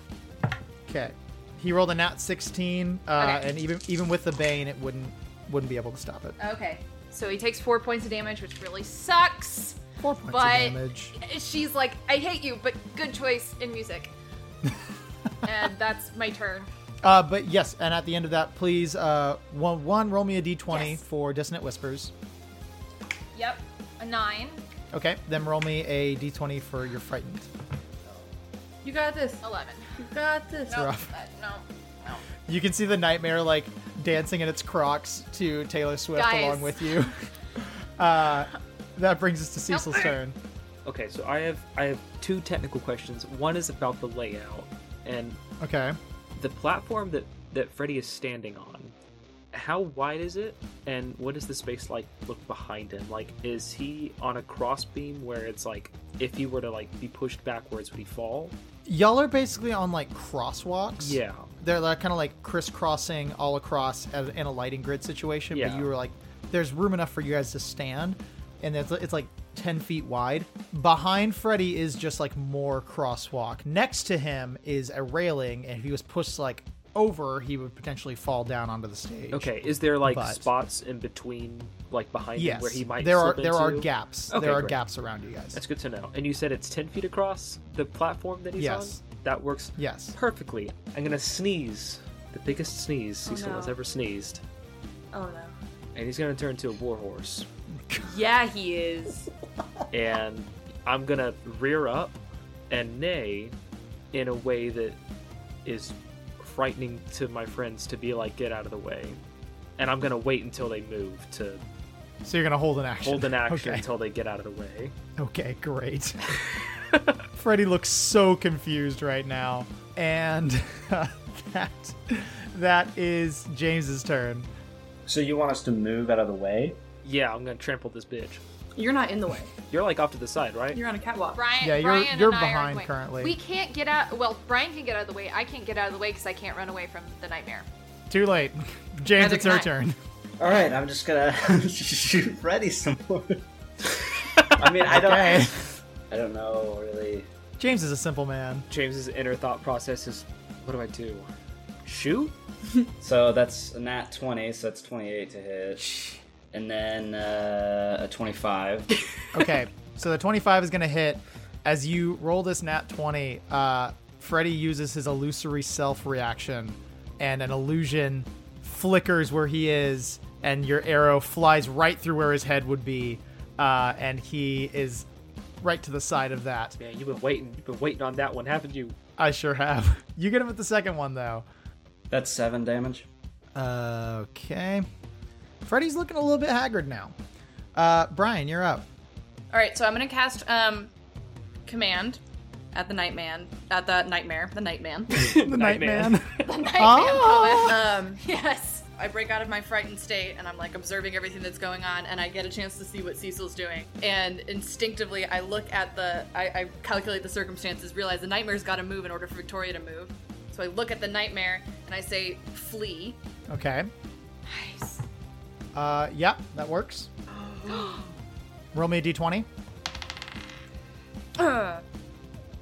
S1: okay. He rolled a nat 16 uh,
S3: Okay. Uh,
S1: and even even with the bane it wouldn't wouldn't be able to stop it.
S3: Okay. So he takes four points of damage, which really sucks.
S1: 4 points
S3: But-
S1: of damage.
S3: She's like, I hate you, but good choice in music. and that's my turn.
S1: Uh, but yes, and at the end of that please uh one, one roll me a d20
S3: Yes.
S1: for dissonant whispers.
S3: Yep. A nine.
S1: Okay, then roll me a d20 for you're frightened.
S4: You got this.
S3: Eleven.
S4: You got this.
S1: It's rough.
S3: That- Uh, no.
S1: You can see the nightmare like dancing in its crocs to Taylor Swift
S3: Guys.
S1: along with you. uh, that brings us to Cecil's turn.
S2: Okay, so I have I have two technical questions. One is about the layout and
S1: Okay.
S2: the platform that that Freddy is standing on. How wide is it, and what does the space like look behind him? Like, is he on a crossbeam where it's like if he were to like be pushed backwards, would he fall?
S1: Y'all are basically on like crosswalks.
S2: Yeah.
S1: They're like, kind of like crisscrossing all across as, in a lighting grid situation,
S2: Yeah.
S1: but you were like, there's room enough for you guys to stand, and it's, it's like 10 feet wide. Behind Freddy is just like more crosswalk. Next to him is a railing, and if he was pushed like over, he would potentially fall down onto the stage.
S2: Okay. Is there like
S1: But-
S2: spots in between, like behind him,
S1: Yes.
S2: where he might?
S1: there are
S2: slip
S1: there are
S2: into?
S1: gaps.
S2: Okay,
S1: there are
S2: great.
S1: gaps around you guys.
S2: That's good to know. And you said it's ten feet across the platform that he's
S1: Yes.
S2: on. That works
S1: Yes.
S2: perfectly. I'm gonna sneeze, the biggest sneeze Cecil
S4: Oh, no.
S2: has ever sneezed,
S4: Oh no.
S2: and he's gonna turn to a warhorse.
S4: Yeah, he is.
S2: and I'm gonna rear up and neigh in a way that is frightening to my friends to be like, get out of the way. And I'm gonna wait until they move to
S1: So you're gonna hold an action.
S2: hold an action
S1: Okay.
S2: until they get out of the way.
S1: Okay, great. Freddy looks so confused right now, and that that is James's turn.
S5: So you want us to move out of the way?
S2: Yeah, I'm gonna trample this bitch.
S4: You're not in the way.
S2: You're like off to the side, right?
S4: You're on a catwalk.
S3: Brian,
S1: Yeah, you're-
S3: Brian
S1: you're
S3: and I are in
S1: behind
S3: the way.
S1: currently.
S3: We can't get out. Well, Brian can get out of the way. I can't get out of the way because I can't run away from the nightmare.
S1: Too late, James.
S4: Neither
S1: it's your
S4: can
S1: turn.
S5: All right, I'm just gonna shoot Freddy some more. I mean, I don't.
S1: Okay.
S5: I don't know really.
S1: James is a simple man.
S2: James's inner thought process is, what do I do? Shoot?
S5: So that's a nat 20, so that's 28 to hit. And then uh, a 25.
S1: Okay, so the 25 is going to hit. As you roll this nat 20, uh, Freddy uses his illusory self reaction, and an illusion flickers where he is, and your arrow flies right through where his head would be, uh, and he is right to the side of that.
S2: Man, you've been waiting. You've been waiting on that one, haven't you?
S1: I sure have. You get him with the second one, though.
S5: That's 7 damage.
S1: Okay. Freddy's looking a little bit haggard now. Uh, Brian, you're up.
S4: All right, so I'm gonna cast um, command at the nightman, at the nightmare, the nightman.
S1: The Nightman.
S4: Oh.
S1: oh!
S4: um,
S3: Yes.
S4: I break out of my frightened state and I'm like observing everything that's going on, and I get a chance to see what Cecil's doing. And instinctively, I look at the, I, I calculate the circumstances, realize the nightmare's got to move in order for Victoria to move. So I look at the nightmare and I say, "Flee!"
S1: Okay.
S3: Nice.
S1: Uh, yeah, that works. Roll me a d20.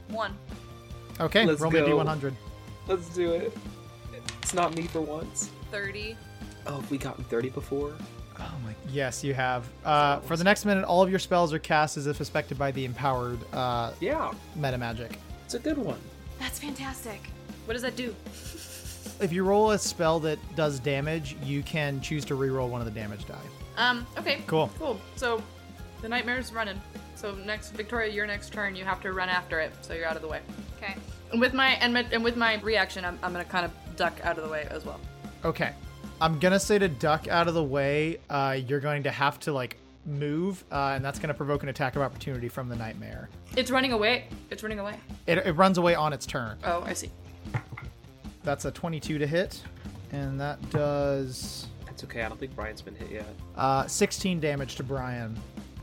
S4: One.
S1: Okay,
S2: Let's
S1: roll
S2: go.
S1: me a d100.
S2: Let's do it. It's not me for once.
S4: 30.
S2: Oh, have we gotten 30 before?
S1: Oh my. Yes, you have. Uh, for the next minute, all of your spells are cast as if affected by the empowered uh,
S2: Yeah,
S1: meta magic.
S2: it's a good one.
S3: That's fantastic.
S4: What does that do?
S1: If you roll a spell that does damage, you can choose to reroll one of the damage die.
S4: Um, okay.
S1: Cool.
S4: Cool. So the nightmare's running. So next Victoria, your next turn, you have to run after it, so you're out of the way.
S3: Okay.
S4: And with my and, my, and with my reaction, I'm, I'm gonna kind of duck out of the way as well.
S1: Okay. I'm gonna say to duck out of the way. Uh, you're going to have to like move, uh, and that's gonna provoke an attack of opportunity from the nightmare.
S4: It's running away. It's running away.
S1: It, it runs away on its turn.
S4: Oh, I see.
S1: That's a 22 to hit, and that does
S2: That's okay. I don't think Brian's been hit yet.
S1: uh, 16 damage to Brian.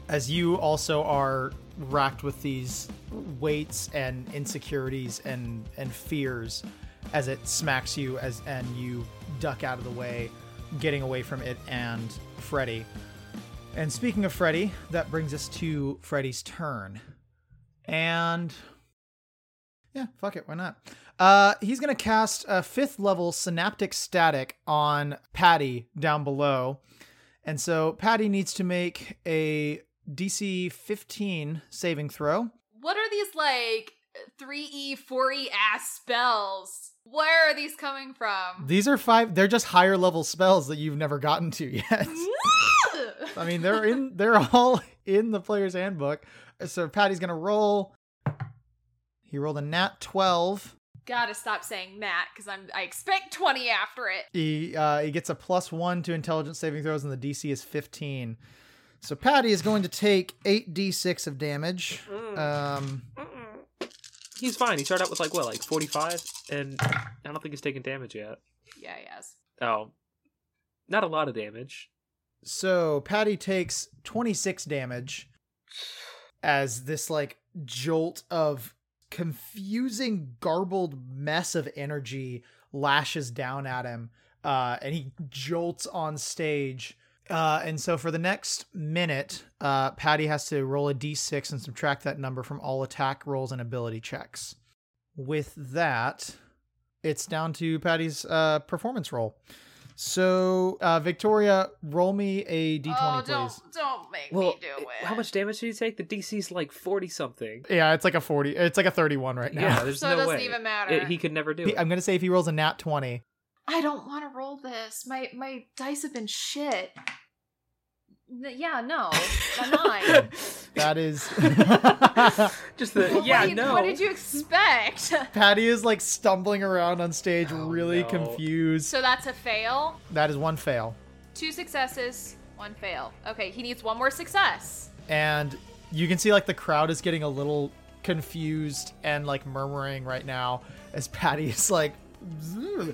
S1: As you also are racked with these weights and insecurities and and fears, as it smacks you as and you duck out of the way, getting away from it and Freddy. And speaking of Freddy, that brings us to Freddy's turn, and yeah, fuck it, why not? Uh, he's gonna cast a fifth level synaptic static on Patty down below. And so Patty needs to make a DC 15 saving throw.
S3: What are these like 3E, 4E E ass spells? Where are these coming from?
S1: These are five they're just higher level spells that you've never gotten to yet. I mean, they're in they're all in the player's handbook. So Patty's going to roll. He rolled a nat 12.
S3: Gotta stop saying that because I'm I expect 20 after it.
S1: He uh, he gets a plus 1 to intelligence saving throws and the DC is 15. So Patty is going to take 8d6 of damage. Um
S2: He's fine. He started out with like what, like 45, and I don't think he's taken damage yet.
S3: Yeah, yes.
S2: Oh, not a lot of damage.
S1: So Patty takes 26 damage as this like jolt of confusing, garbled mess of energy lashes down at him, uh, and he jolts on stage. Uh, and so for the next minute, uh, Patty has to roll a d6 and subtract that number from all attack rolls and ability checks. With that, it's down to Patty's uh, performance roll. So, uh, Victoria, roll me a d20,
S3: oh, don't
S1: please.
S3: don't make me do it.
S2: how much damage did he take? The DC's like 40 something.
S1: Yeah, it's like a 40. It's like a 31 right now.
S2: Yeah, there's
S3: So it
S2: no
S3: doesn't
S2: way.
S3: even matter.
S2: It- he could never do
S1: He-
S2: it.
S1: I'm gonna say if he rolls a nat twenty,
S3: I don't want to roll this. My my dice have been shit. N- yeah, no, a nine.
S1: that is
S2: Just the
S3: What
S2: yeah
S3: do you-
S2: no.
S3: What did you expect?
S1: Patty is like stumbling around on stage, really
S2: no.
S1: confused.
S3: so that's a fail.
S1: That is one fail,
S3: Two successes, one fail. Okay, he needs one more success.
S1: and you can see like the crowd is getting a little confused and like murmuring right now as Patty is like. "Ugh."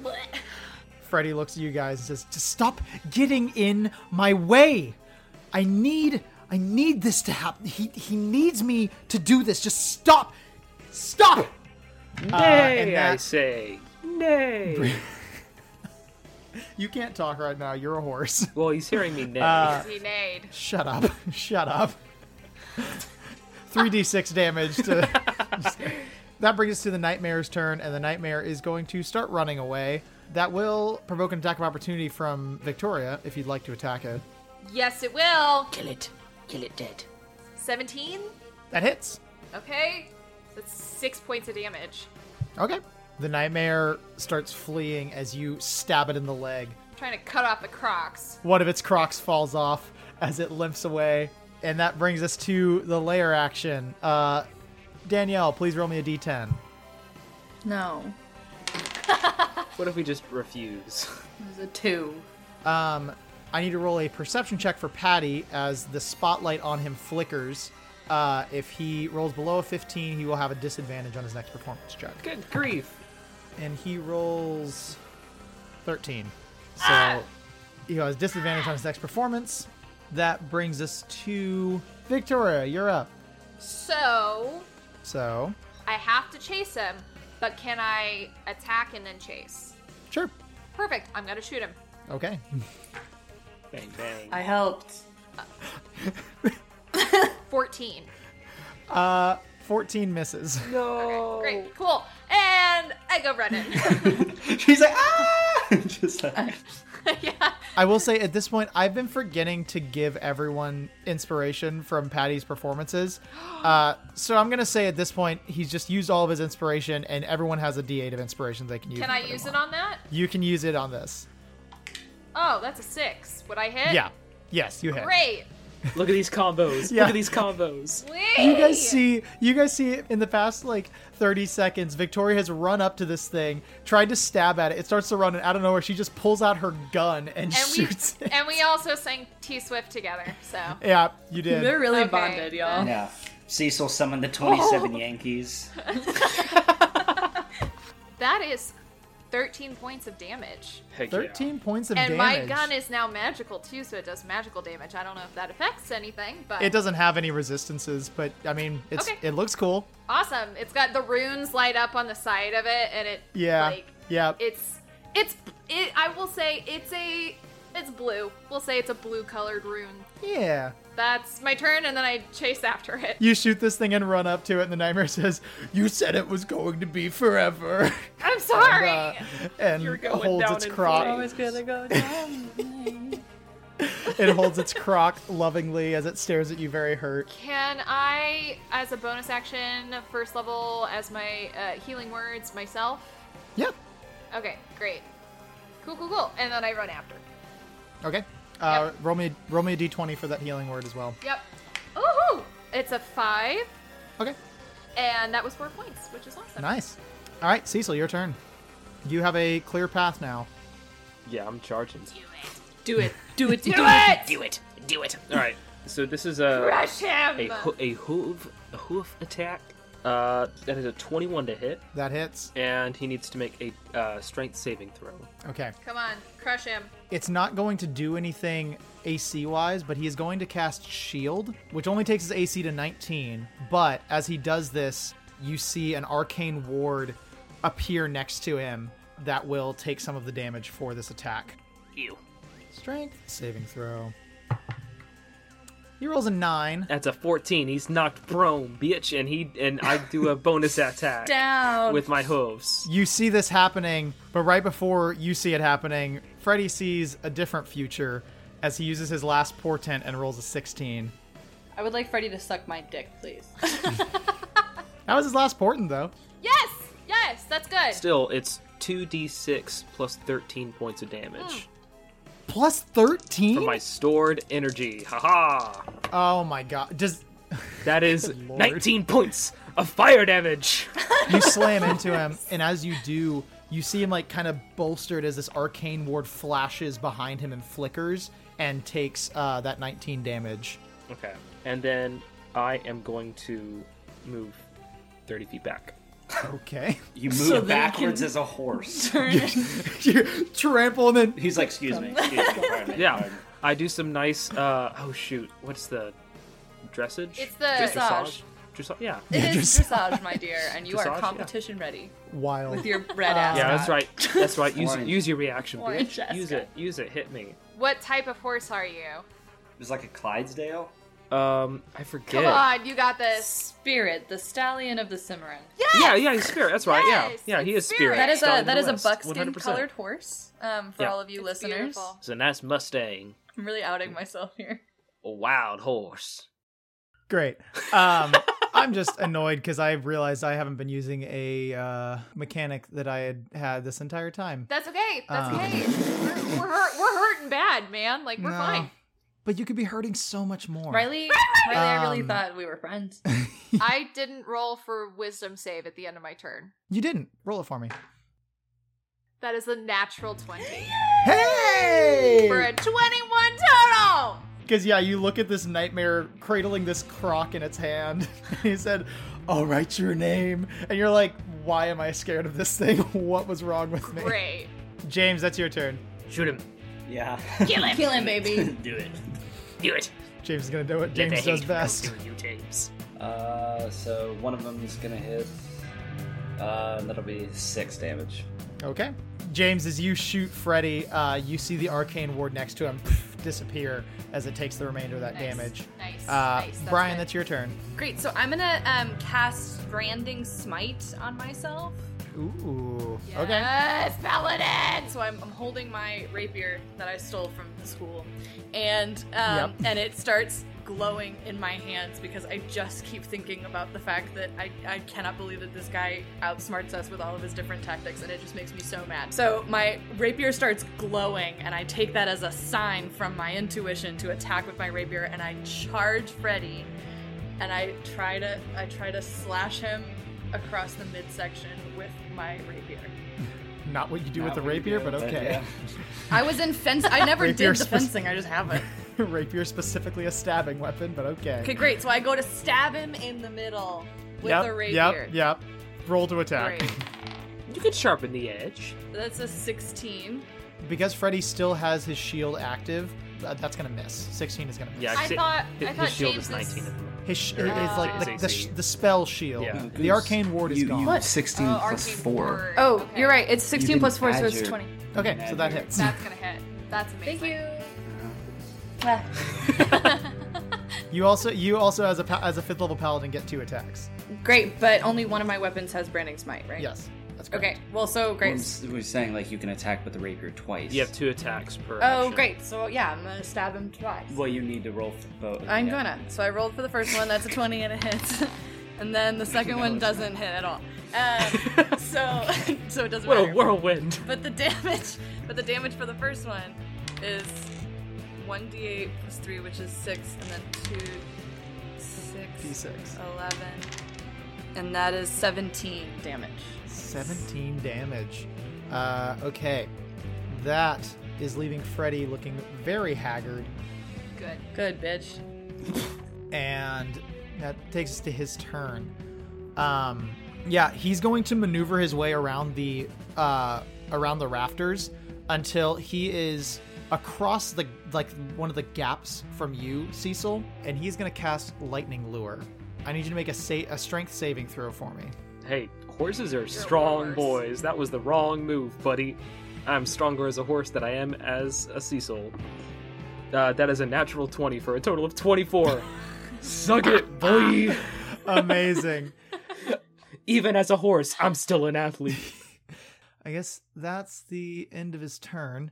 S1: Freddy looks at you guys and says, "Just stop getting in my way. I need, I need this to happen. He he needs me to do this. Just stop, stop." Uh, and
S2: Nay, I
S1: that-
S2: say nay.
S1: You can't talk right now. You're a horse.
S2: well, he's hearing me nay.
S3: he made.
S1: Shut up. Shut up. 3d6 damage to. That brings us to the Nightmare's turn, and the Nightmare is going to start running away. That will provoke an attack of opportunity from Victoria if you'd like to attack it.
S3: Yes, it will.
S7: Kill it. Kill it dead.
S3: 17?
S1: That hits.
S3: Okay. That's six points of damage.
S1: Okay. The Nightmare starts fleeing as you stab it in the leg.
S3: trying to cut off the crocs.
S1: One of its crocs falls off as it limps away. And that brings us to the layer action. Uh, Danielle, please roll me a d10.
S4: No.
S2: What if we just refuse?
S4: It was a two.
S1: Um, I need to roll a perception check for Patty as the spotlight on him flickers. Uh, if he rolls below a 15, he will have a disadvantage on his next performance check.
S2: Good grief.
S1: And he rolls 13. So he has disadvantage on his next performance. That brings us to Victoria. You're up.
S3: So
S1: So,
S3: I have to chase him, but can I attack and then chase?
S1: sure.
S3: Perfect. I'm gonna shoot him.
S1: Okay.
S2: Bang bang.
S7: I helped.
S3: 14.
S1: Uh, 14 misses. Oh.
S2: no.
S3: Great. Cool. And I go running.
S5: She's like, ah! Just like,
S3: yeah.
S1: I will say at this point, I've been forgetting to give everyone inspiration from Patty's performances. Uh, so I'm going to say at this point, he's just used all of his inspiration, and everyone has a D8 of inspiration they can use.
S3: Can I use it
S1: on?
S3: on that?
S1: You can use it on this.
S3: Oh, that's a six. Would I hit?
S1: Yeah. Yes, you hit.
S3: Great.
S2: Look at these combos.
S1: Yeah.
S2: Look at these combos.
S1: You guys see, you guys see in the past like 30 seconds, Victoria has run up to this thing, tried to stab at it. It starts to run, and out of nowhere, she just pulls out her gun and,
S3: And we
S1: shoots it.
S3: and we also sang T Swift together. So
S1: Yeah, you did.
S4: They're really
S3: Okay.
S4: bonded, y'all.
S5: yeah. Cecil summoned the
S4: Oh.
S5: 27 Yankees.
S3: that is 13 points of damage.
S2: Heck yeah.
S1: 13 points of
S3: And
S1: damage.
S3: my gun is now magical too, so it does magical damage. I don't know if that affects anything, but
S1: It doesn't have any resistances, but I mean, it's
S3: Okay.
S1: it looks cool.
S3: awesome. It's got the runes light up on the side of it, and it
S1: Yeah,
S3: like
S1: yeah.
S3: it's it's it. I will say it's a it's blue. We'll say it's a blue colored rune.
S1: yeah.
S3: That's my turn, and then I chase after it.
S1: You shoot this thing and run up to it, and the nightmare says, "You said it was going to be forever."
S3: I'm sorry.
S1: Uh, and
S2: You're going
S1: holds
S2: down
S1: its
S2: in
S1: croc.
S2: flames.
S7: Always gonna go down.
S1: It holds its croc lovingly as it stares at you, very hurt.
S3: Can I, as a bonus action, first level as my uh, healing words myself?
S1: Yeah.
S3: Okay, great. Cool, cool, cool. And then I run after.
S1: Okay. Uh, Roll me roll me a d20 for that healing word as well.
S3: Yep. Ooh! It's a five,
S1: Okay.
S3: and that was four points, which is awesome.
S1: Nice. All right, Cecil, your turn. You have a clear path now.
S2: Yeah, I'm charging.
S4: Do it. Do it. Do,
S3: it!
S7: Do it. Do it.
S2: All right. So this is a
S3: Crush him!
S2: a, ho- a hoof a hoof attack. Uh, that is a 21 to hit,
S1: That hits.
S2: and he needs to make a uh, strength saving throw.
S1: Okay.
S3: Come on, crush him.
S1: It's not going to do anything AC wise, but he is going to cast Shield, which only takes his AC to 19. But as he does this, you see an arcane ward appear next to him that will take some of the damage for this attack.
S2: Ew.
S1: Strength saving throw. He rolls a 9.
S2: That's a 14. He's knocked prone, bitch, and he and I do a bonus attack
S4: Down.
S2: with my hooves.
S1: You see this happening, but right before you see it happening, Freddy sees a different future as he uses his last portent and rolls a 16.
S4: I would like Freddy to suck my dick, please.
S1: That was his last portent, though.
S3: Yes! Yes, that's good.
S2: Still, it's 2d6 plus 13 points of damage
S1: Plus 13?
S2: from my stored energy. Haha!
S1: Oh my god. Does
S2: That is
S1: Lord.
S2: 19 points of fire damage.
S1: you slam into him and as you do, you see him like kind of bolstered as this arcane ward flashes behind him and flickers and takes uh, that 19 damage.
S2: Okay, and then I am going to move 30 feet back.
S1: Okay.
S5: You move
S4: So then you
S5: backwards
S4: can-
S5: as a horse.
S1: you trample and then
S5: He's like, excuse me. Excuse me. pardon me,
S2: Yeah,
S5: pardon me."
S2: Um, I do some nice. uh Oh shoot, what's the dressage?
S3: It's the-
S2: dressage. Dressage. Yeah,
S4: it is dressage, my dear, and you
S2: Dressage,
S4: are
S2: yeah.
S4: competition ready
S1: wild.
S4: with your red ass.
S2: yeah, that's
S1: Scott.
S2: right. That's right. Use
S5: Orange.
S2: use your reaction,
S4: Orange
S2: bitch. Use
S4: Jessica.
S2: it. Use it. Hit me.
S3: What type of horse are you?
S5: It was like a Clydesdale.
S2: Um, I forget.
S3: Come on, you got this.
S4: Spirit, the stallion of the Cimarron.
S2: Yeah, yeah, he's spirit. That's right.
S3: Yes,
S2: yeah, yeah, he
S3: it's
S2: is spirit.
S3: Spirit.
S4: That is
S2: Dog
S4: a
S2: of
S4: that
S2: the
S4: is a
S2: West,
S4: buckskin
S2: 100%.
S4: colored horse. Um, for
S2: Yeah.
S4: all of you
S3: It's
S4: listeners,
S3: beautiful.
S2: It's a nice Mustang.
S4: I'm really outing myself here.
S2: A wild horse.
S1: Great. Um, I'm just annoyed because I realized I haven't been using a uh, mechanic that I had had this entire time.
S3: That's okay. That's
S1: Um.
S3: okay. We're, we're hurt. We're hurting bad, man. Like we're
S1: No.
S3: fine.
S1: But you could be hurting so much more.
S4: Riley, Riley, I really
S1: Um,
S4: thought we were friends.
S3: I didn't roll for wisdom save at the end of my turn.
S1: You didn't. Roll it for me.
S3: That is a natural twenty for
S1: Hey!
S3: a twenty-one total.
S1: Because, yeah, you look at this nightmare cradling this croc in its hand. And he said, I'll write your name. And you're like, why am I scared of this thing? What was wrong with me?
S3: Great.
S1: James, that's your turn.
S2: Shoot him.
S5: Yeah.
S7: Kill him.
S4: Kill him, baby.
S5: Do it.
S7: Do it.
S1: James is going to do what
S7: Let the
S1: James does
S7: hate
S1: best.
S7: go through you, James.
S5: Uh, so one of them is gonna hit. Uh, and that'll be six damage.
S1: Okay. James, as you shoot Freddy, uh, you see the arcane ward next to him disappear as it takes the remainder of that
S3: Nice.
S1: damage.
S3: Nice.
S1: Uh,
S3: nice.
S1: Brian,
S3: good.
S1: that's your turn.
S4: Great. So I'm gonna um, cast branding smite on myself.
S1: Ooh. Okay.
S3: Yes, paladin.
S4: So I'm, I'm holding my rapier that I stole from the school, and um, and it starts glowing in my hands because I just keep thinking about the fact that I, I cannot believe that this guy outsmarts us with all of his different tactics, and it just makes me so mad. So my rapier starts glowing, and I take that as a sign from my intuition to attack with my rapier, and I charge Freddy, and I try to I try to slash him across the midsection with my rapier.
S1: Not what you do with
S5: Not
S1: the
S5: what you
S1: rapier,
S5: do,
S1: but okay.
S4: I was in fence. I never
S1: Rapier
S4: did the
S1: spec-
S4: fencing. I just haven't.
S1: rapier specifically a stabbing weapon, but okay.
S4: Okay, great. So I go to stab him in the middle with
S1: yep,
S4: the rapier.
S1: Yep. Yep. Roll to attack.
S4: Great.
S2: You could sharpen the edge.
S4: That's a 16.
S1: Because Freddy still has his shield active, uh, that's gonna miss. Sixteen is gonna miss.
S2: Yeah,
S3: I
S2: except
S3: thought-
S2: hi-
S3: I
S2: his
S3: thought
S2: shield
S3: James
S2: is 19
S3: is-
S2: at the moment.
S1: His sh- it's like
S2: Ah.
S1: the, the, sh- the spell shield.
S2: Yeah.
S1: The arcane ward is
S5: you,
S1: gone.
S5: You,
S1: What?
S5: 16
S3: Oh,
S5: plus
S3: arcane
S5: 4.
S3: ward.
S4: Oh,
S3: Okay.
S4: you're right. It's 16 Uh,
S5: can
S4: plus 4, so
S5: add
S4: it's
S5: your-
S4: 20.
S1: Okay, so that
S5: Magic.
S1: hits.
S3: That's gonna hit. That's amazing.
S4: Ah,
S1: You also you also as a pa- as a fifth level paladin get two attacks.
S4: Great, but only one of my weapons has Branding Smite, right?
S1: Yes, that's correct.
S4: Okay, well, so
S5: We're,
S4: great.
S5: s- we're saying, like, you can attack with the rapier twice.
S2: You have two attacks per.
S4: Oh,
S2: action.
S4: great. So yeah, I'm gonna stab him twice.
S5: Well, you need to roll for both.
S4: I'm
S5: yeah.
S4: gonna. So I rolled for the first one. That's a 20 and it hits. And then the second one doesn't hit at all. Um, so, so it doesn't
S2: What a
S4: matter.
S2: whirlwind.
S4: But the damage, but the damage for the first one is one d8 plus three, which is six, and then two, six,
S1: D6.
S4: eleven, and that is seventeen damage.
S1: 17 damage. Uh, okay. That is leaving Freddy looking very haggard,
S3: Good.
S4: Good bitch.
S1: and that takes us to his turn. Um, yeah, he's going to maneuver his way around the uh, around the rafters until he is across the like one of the gaps from you, Cecil, and he's going to cast lightning lure. I need you to make a sa- a strength saving throw for me.
S2: Hey, horses are strong
S3: horse.
S2: boys. That was the wrong move, buddy. I'm stronger as a horse than I am as a Cecil. Uh, that is a natural 20 for a total of 24. Suck it, boy!
S1: Amazing.
S2: Even as a horse, I'm still an athlete.
S1: I guess that's the end of his turn.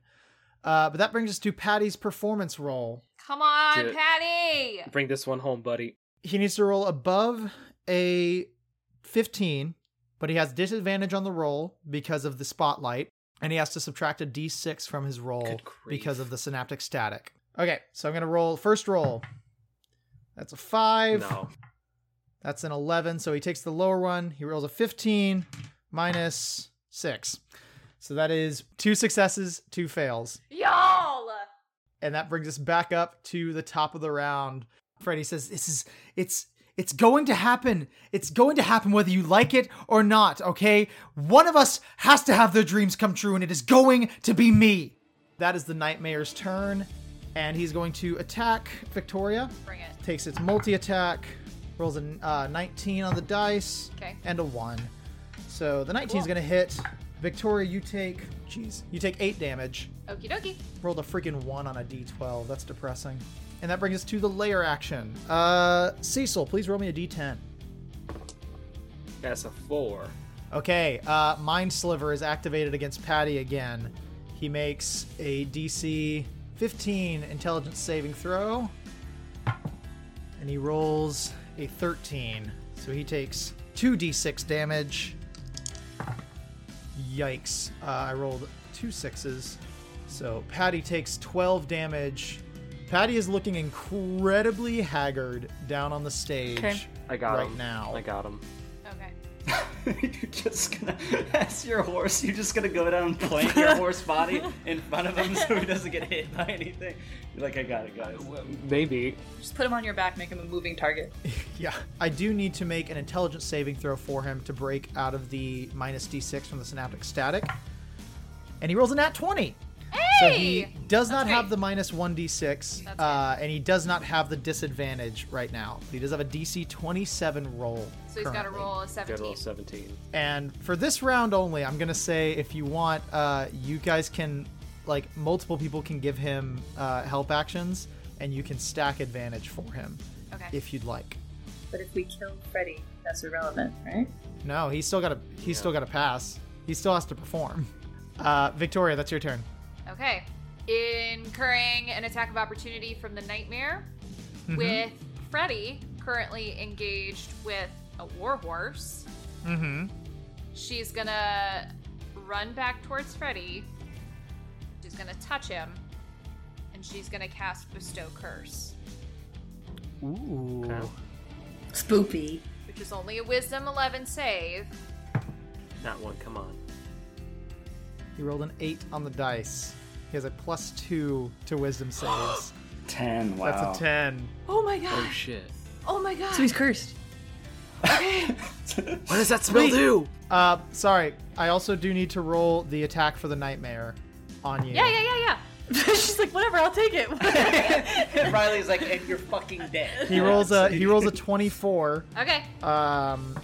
S1: Uh, but that brings us to Patty's performance roll.
S3: Come on,
S2: Do it.
S3: Patty.
S2: Bring this one home, buddy.
S1: He needs to roll above a 15, but he has disadvantage on the roll because of the spotlight, and he has to subtract a d6 from his roll
S2: Good grief.
S1: because of the synaptic static. Okay, so I'm going to roll first roll. That's a 5.
S2: No.
S1: That's an 11. So he takes the lower one. He rolls a 15 minus 6. So that is two successes, two fails.
S3: Y'all.
S1: and that brings us back up to the top of the round. Freddy says, "This is it's it's going to happen. It's going to happen whether you like it or not, okay? One of us has to have their dreams come true and it is going to be me." That is the nightmare's turn and he's going to attack Victoria.
S3: Bring it.
S1: Takes its multi attack, rolls a uh, 19 on the dice
S3: Okay.
S1: and a 1. So the 19 is going to hit. Victoria, you take jeez, you take 8 damage.
S3: Okie dokie.
S1: Rolled a freaking one on a d12. That's depressing. And that brings us to the layer action. Uh, Cecil, please roll me a d10.
S2: That's a four.
S1: Okay, uh, Mind Sliver is activated against Patty again. He makes a DC 15 intelligence saving throw, and he rolls a 13. So he takes 2d6 damage. Yikes. Uh, I rolled two sixes. So Patty takes 12 damage. Patty is looking incredibly haggard down on the stage.
S4: Okay.
S2: I got
S1: Right
S2: him.
S1: now.
S2: I got him.
S4: Okay.
S5: you're just gonna ask your horse. You're just gonna go down and plant your horse body in front of him so he doesn't get hit by anything. You're like, I got it, guys.
S2: Maybe.
S4: Just put him on your back, make him a moving target.
S1: Yeah, I do need to make an intelligence saving throw for him to break out of the minus d6 from the synaptic static. And he rolls a nat 20. So he does not have the minus 1d6, uh, and he does not have the disadvantage right now. He does have a DC 27 roll.
S3: So he's got to
S1: currently.
S3: roll a
S2: Good roll
S3: 17.
S2: 17.
S1: And for this round only, I'm gonna say if you want, uh, you guys can, like, multiple people can give him uh, help actions, and you can stack advantage for him
S3: Okay.
S1: if you'd like.
S4: But if we kill Freddy, that's irrelevant, right?
S1: No, he's still got to. He's still got to pass. He still has to perform. Uh, Victoria, that's your turn.
S3: Okay. Incurring an attack of opportunity from the nightmare with Freddy currently engaged with a warhorse.
S1: Mm-hmm.
S3: She's gonna run back towards Freddy. She's gonna touch him. And she's gonna cast Bestow Curse,
S1: Ooh.
S2: Okay.
S7: Spoopy.
S3: which is only a Wisdom 11 save.
S2: That one, come on.
S1: He rolled an eight on the dice. He has a plus two to wisdom saves.
S5: Ten. Wow.
S1: That's a ten.
S6: Oh my god.
S2: Oh shit.
S6: Oh my god.
S4: So he's cursed.
S2: What does that smell do?
S1: Uh, sorry. I also do need to roll the attack for the nightmare on you.
S3: Yeah, yeah, yeah, yeah.
S6: She's like, whatever, I'll take it.
S5: and Riley's like, and you're fucking dead.
S1: He rolls a he rolls a twenty-four.
S3: Okay,
S1: Um,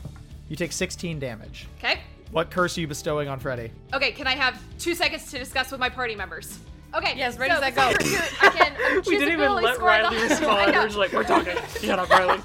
S1: you take sixteen damage.
S3: okay.
S1: What curse are you bestowing on Freddy?
S3: Okay, can I have two seconds to discuss with my party members? Okay.
S6: Yes, ready, set, go.
S3: I can um, choose
S2: We didn't
S3: a
S2: even
S3: ability
S2: let
S3: score on
S2: Riley
S3: the- I
S2: respond.
S3: know.
S2: We're just like, we're talking. Shut up, Riley.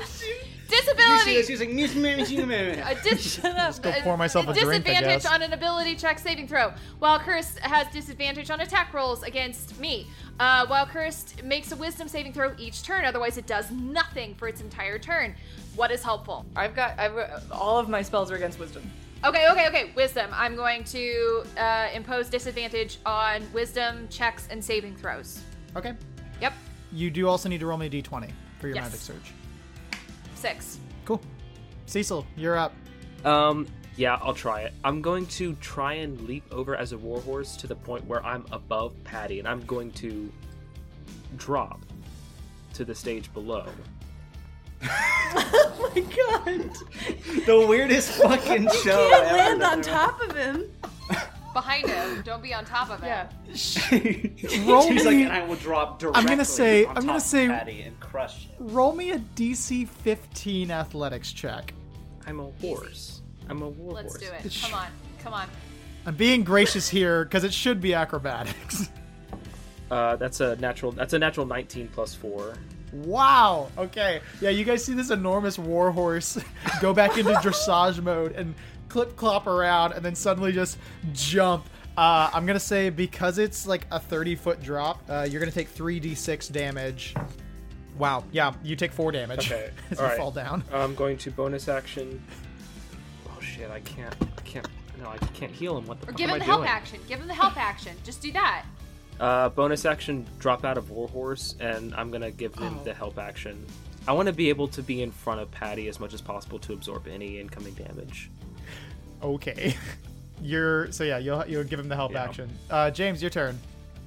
S3: Disability.
S5: She's like, "Miss Mary, she's a Mary."
S3: A dis-
S1: go
S3: a-
S1: pour myself a drink, I
S3: disadvantage
S1: guess.
S3: on an ability check saving throw. While cursed has disadvantage on attack rolls against me. Uh, while cursed makes a wisdom saving throw each turn, otherwise it does nothing for its entire turn. What is helpful?
S6: I've got I've, all of my spells are against wisdom.
S3: Okay, okay, okay. Wisdom. I'm going to uh, impose disadvantage on wisdom checks and saving throws.
S1: Okay.
S3: Yep,
S1: You do also need to roll me a d20 for your
S3: Yes.
S1: magic surge.
S3: six.
S1: Cool. Cecil, you're up.
S2: Um, yeah, I'll try it. I'm going to try and leap over as a warhorse to the point where I'm above Patty, and I'm going to drop to the stage below.
S6: Oh my god.
S5: the weirdest fucking show. ever.
S6: Land on top of him.
S3: Behind him. Don't be on top of it.
S6: Yeah.
S1: Roll
S5: She's like,
S1: me-
S5: and I will drop directly.
S1: gonna say-
S5: on
S1: I'm gonna
S5: top of
S1: say-
S5: Patty and crush him.
S1: Roll me a DC 15 athletics check.
S2: I'm a horse. I'm a warhorse.
S3: Let's do it. Come on. Come on.
S1: I'm being gracious here because it should be acrobatics.
S2: Uh, that's a natural. That's a natural 19 plus four.
S1: wow. Okay. Yeah, you guys see this enormous warhorse go back into dressage mode and clip clop around and then suddenly just jump. Uh, I'm going to say because it's like a 30 foot drop, uh, you're going to take 3d6 damage. Wow. Yeah, you take four damage
S2: Okay,
S1: as
S2: all
S1: you
S2: right.
S1: fall down.
S2: I'm going to bonus action. Oh shit! I can't. I can't. No, I can't heal him. What the?
S3: Or
S2: fuck
S3: give
S2: am
S3: him the
S2: I
S3: help
S2: doing?
S3: action. Give him the help action. Just do that.
S2: Uh, bonus action, drop out of Warhorse, and I'm gonna give him
S6: Oh.
S2: the help action. I want to be able to be in front of Patty as much as possible to absorb any incoming damage.
S1: Okay. You're so yeah. You'll you'll give him the help
S2: Yeah.
S1: action. Uh, James, your turn.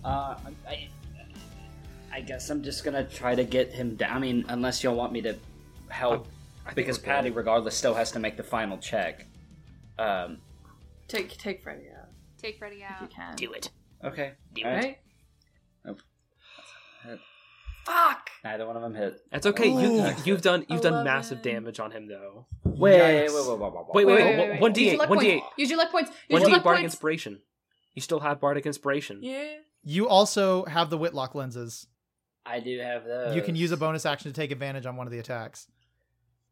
S5: Uh, I, I guess I'm just gonna try to get him down. I mean, unless y'all want me to help,
S2: I think
S5: because
S2: we're
S5: Patty,
S2: good.
S5: regardless, still has to make the final check. Um.
S6: Take take Freddy out.
S3: Take Freddy out.
S4: Can.
S7: Do it.
S5: Okay.
S7: Do
S5: all right.
S6: Right?
S4: Fuck!
S5: Neither one of them hit.
S2: That's okay.
S6: Oh,
S2: You
S5: Ooh.
S2: you've done you've done massive
S4: Eleven.
S2: damage on him though.
S5: Wait,
S1: Yikes.
S5: wait, wait, wait, wait, wait,
S2: Wait, wait,
S6: Wait,
S2: wait,
S6: wait, wait,
S2: one
S3: Use
S2: d
S3: your
S2: eight,
S3: luck
S2: one d eight,
S3: points. Use your luck points. Use
S2: one
S3: your
S2: d
S3: luck
S2: eight bardic
S3: points.
S2: inspiration. You still have bardic inspiration.
S6: Yeah.
S1: You also have the Whitlock lenses.
S5: I do have those.
S1: You can use a bonus action to take advantage on one of the attacks.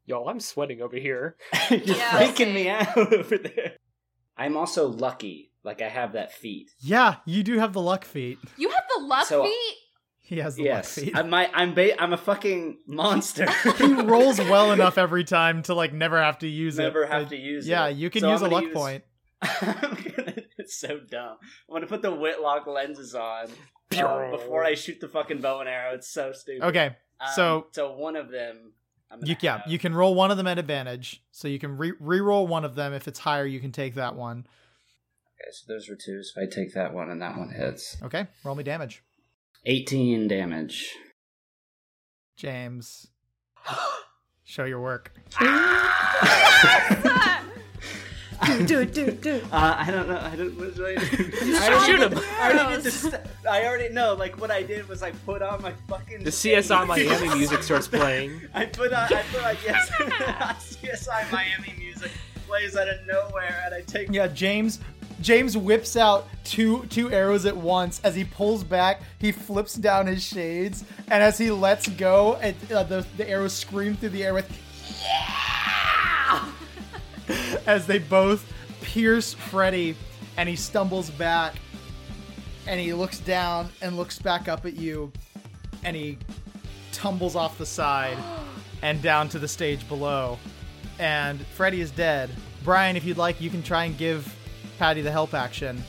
S2: Y'all, I'm sweating over here.
S5: You're
S6: Yeah,
S5: freaking me
S6: same.
S5: out over there. I'm also lucky. Like I have that feat.
S1: Yeah, you do have the luck feat.
S3: You have the luck
S2: uh,
S5: So-
S3: feat?
S1: He has the
S5: yes,
S1: luck feat.
S5: I'm my, I'm ba- I'm a fucking monster.
S1: he rolls well enough every time to like never have to use it.
S5: Never have
S1: Like,
S5: to use
S1: Yeah,
S5: it.
S1: you can
S5: So
S1: use
S5: I'm
S1: a
S5: gonna
S1: luck point.
S5: I'm gonna, it's so dumb. I'm gonna put the Whitlock lenses on um, before I shoot the fucking bow and arrow. It's so stupid.
S1: Okay,
S5: Um,
S1: so-
S5: so one of them. I'm gonna
S1: you, yeah,
S5: have-
S1: you can roll one of them at advantage. So you can re- re-roll one of them. If it's higher, you can take that one.
S5: Okay, so those were two. So I take that one, and that one hits.
S1: Okay, roll me damage,
S5: 18 damage.
S1: James. Show your work.
S5: Uh, I don't know. I don't. What did I do? I
S2: should
S5: already
S2: shoot
S5: did-
S2: him.
S5: I already did this. I already know. Like what I did was I put on my fucking.
S2: The
S5: thing.
S2: CSI Miami music starts playing.
S5: I put on. I put on yes. CSI Miami music plays out of nowhere, and I take.
S1: Yeah, James. James whips out two two arrows at once. As he pulls back, he flips down his shades, and as he lets go, it, uh, the the arrows scream through the air with "Yeah!" as they both pierce Freddy, and he stumbles back, and he looks down and looks back up at you, and he tumbles off the side and down to the stage below and Freddy is dead. Brian, if you'd like, you can try and give Patty the help action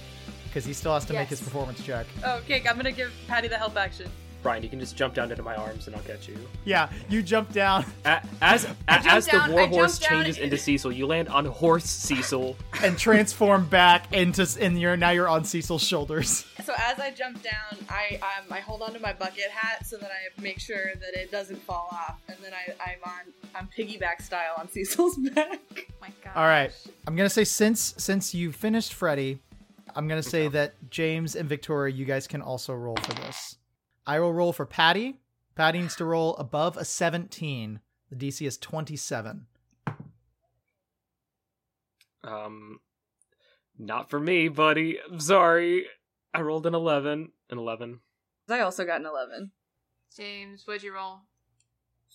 S1: because he still has to make his
S4: Yes.
S1: performance check.
S4: Okay, I'm gonna give Patty the help action.
S2: Brian, you can just jump down into my arms and I'll catch you.
S1: Yeah, you jump down
S2: A- As as, as
S6: down-
S2: the
S6: I
S2: war
S6: jump
S2: horse
S6: down
S2: changes into Cecil, you land on horse Cecil.
S1: and transform back into, and you're now you're on Cecil's shoulders.
S4: So as I jump down, I um, I hold onto my bucket hat so that I make sure that it doesn't fall off, and then I, I'm on I'm piggyback style on Cecil's back.
S6: my god.
S1: All right, I'm gonna say since since you finished Freddy, I'm gonna say that James and Victoria, you guys can also roll for this. I will roll for Patty. Patty needs to roll above a 17. The DC is 27.
S2: Um, not for me, buddy. I'm sorry. I rolled an eleven. An eleven.
S4: I also got an eleven.
S3: James, what'd you roll?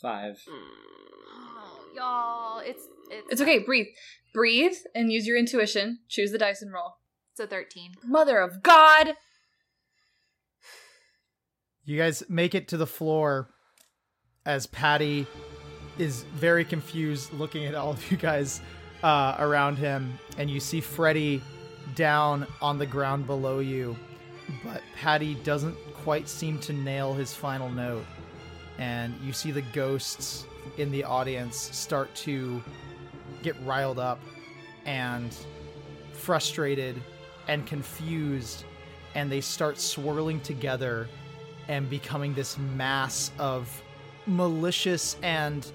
S5: Five.
S3: Oh, y'all, it's it's
S4: It's okay. Breathe, breathe, and use your intuition. Choose the dice and roll.
S3: It's a thirteen.
S4: Mother of God!
S1: You guys make it to the floor as Patty is very confused looking at all of you guys uh, around him, and you see Freddy down on the ground below you, but Patty doesn't quite seem to nail his final note. And you see the ghosts in the audience start to get riled up and frustrated and confused, and they start swirling together and becoming this mass of malicious and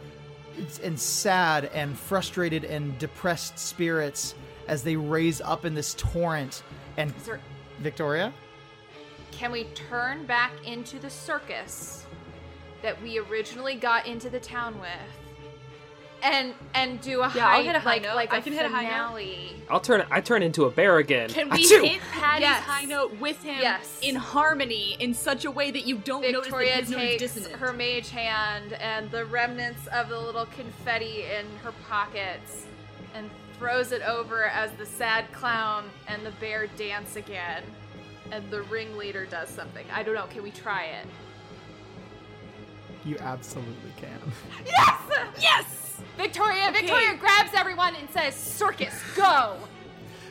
S1: and sad and frustrated and depressed spirits as they raise up in this torrent and
S3: Is there
S1: Victoria
S3: can we turn back into the circus that we originally got into the town with? And and do a
S4: Yeah, I'll
S3: high
S4: hit a high
S3: like
S4: note.
S3: like
S4: I
S3: a
S4: can hit a high note.
S3: finale.
S2: I'll turn. I turn into a bear again.
S6: Can we
S2: Achoo!
S6: hit Patty's
S3: Yes.
S6: high note with him
S3: Yes.
S6: in harmony in such a way that you don't notice that
S3: Victoria
S6: his note is
S3: takes
S6: dissonant?
S3: her mage hand and the remnants of the little confetti in her pockets and throws it over as the sad clown and the bear dance again. And the ringleader does something. I don't know. Can we try it?
S1: you absolutely can
S3: Yes! Yes! Victoria, Victoria grabs everyone and says, Circus, go!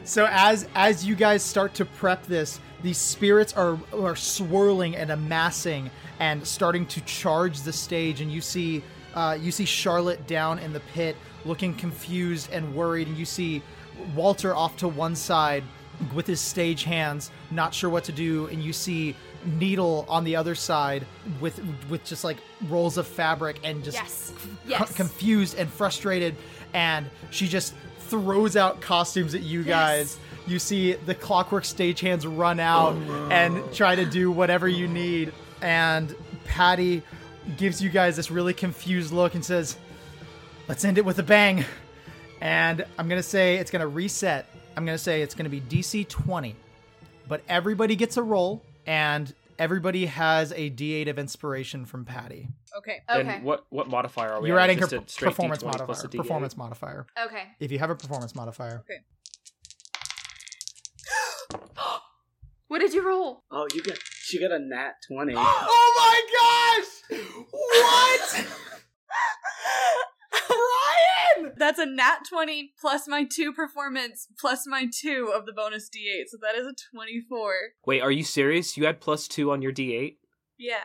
S1: So as as you guys start to prep this, these spirits are are swirling and amassing and starting to charge the stage, and you see uh, you see Charlotte down in the pit, looking confused and worried, and you see Walter off to one side with his stage hands, not sure what to do, and you see Needle on the other side with with just like rolls of fabric and just
S3: Yes.
S1: co-
S3: Yes.
S1: confused and frustrated, and she just throws out costumes at you guys. You see the clockwork stagehands run out and try to do whatever you need, and Patty gives you guys this really confused look and says, "Let's end it with a bang." And I'm gonna say it's gonna reset. I'm gonna say it's gonna be DC 20, but everybody gets a roll, and Everybody has a D8 of inspiration from Patty.
S4: Okay.
S3: Okay.
S2: And what what modifier are we?
S1: You're adding her
S2: Just a
S1: per-
S2: straight
S1: performance
S2: D20 plus
S1: modifier.
S2: a D8?
S1: Performance modifier.
S3: okay.
S1: If you have a performance modifier,
S3: What did you roll?
S5: Oh, you got she got a nat twenty.
S1: oh my gosh! What?
S4: That's a nat 20 plus my 2 performance plus my 2 of the bonus d8. So that is a 24.
S2: Wait, are you serious? You had plus two on your D8?
S4: Yeah.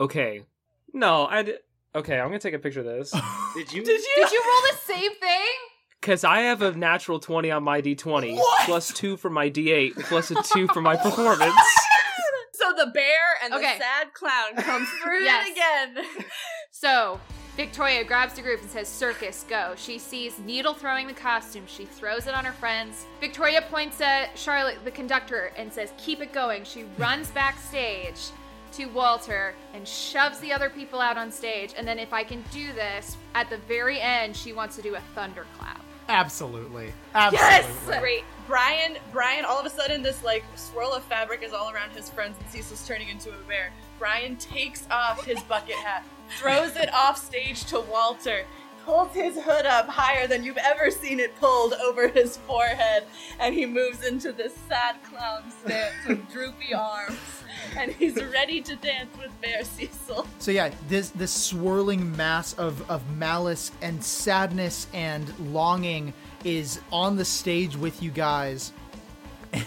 S2: Okay. No, I. D- okay, I'm gonna take a picture of this
S5: Did you?
S3: Did you roll the same thing?
S2: because I have a natural twenty on my D20 plus two for my D8 plus a two for my performance.
S4: So the bear and
S3: Okay.
S4: the sad clown comes through
S3: Yes.
S4: again.
S3: So, Victoria grabs the group and says, Circus, go. She sees Needle throwing the costume. She throws it on her friends. Victoria points at Charlotte, the conductor, and says, Keep it going. She runs backstage to Walter and shoves the other people out on stage. And then, if I can do this, at the very end, she wants to do a thunderclap.
S1: Absolutely. Absolutely.
S4: Great.
S6: Brian, Brian, all of a sudden this like swirl of fabric is all around his friends and Cecil's turning into a bear. Brian takes off his bucket hat, throws it off stage to Walter, pulls his hood up higher than you've ever seen it pulled over his forehead, and he moves into this sad clown stance with droopy arms. And he's ready to dance with Bear Cecil.
S1: So yeah, this this swirling mass of of malice and sadness and longing is on the stage with you guys.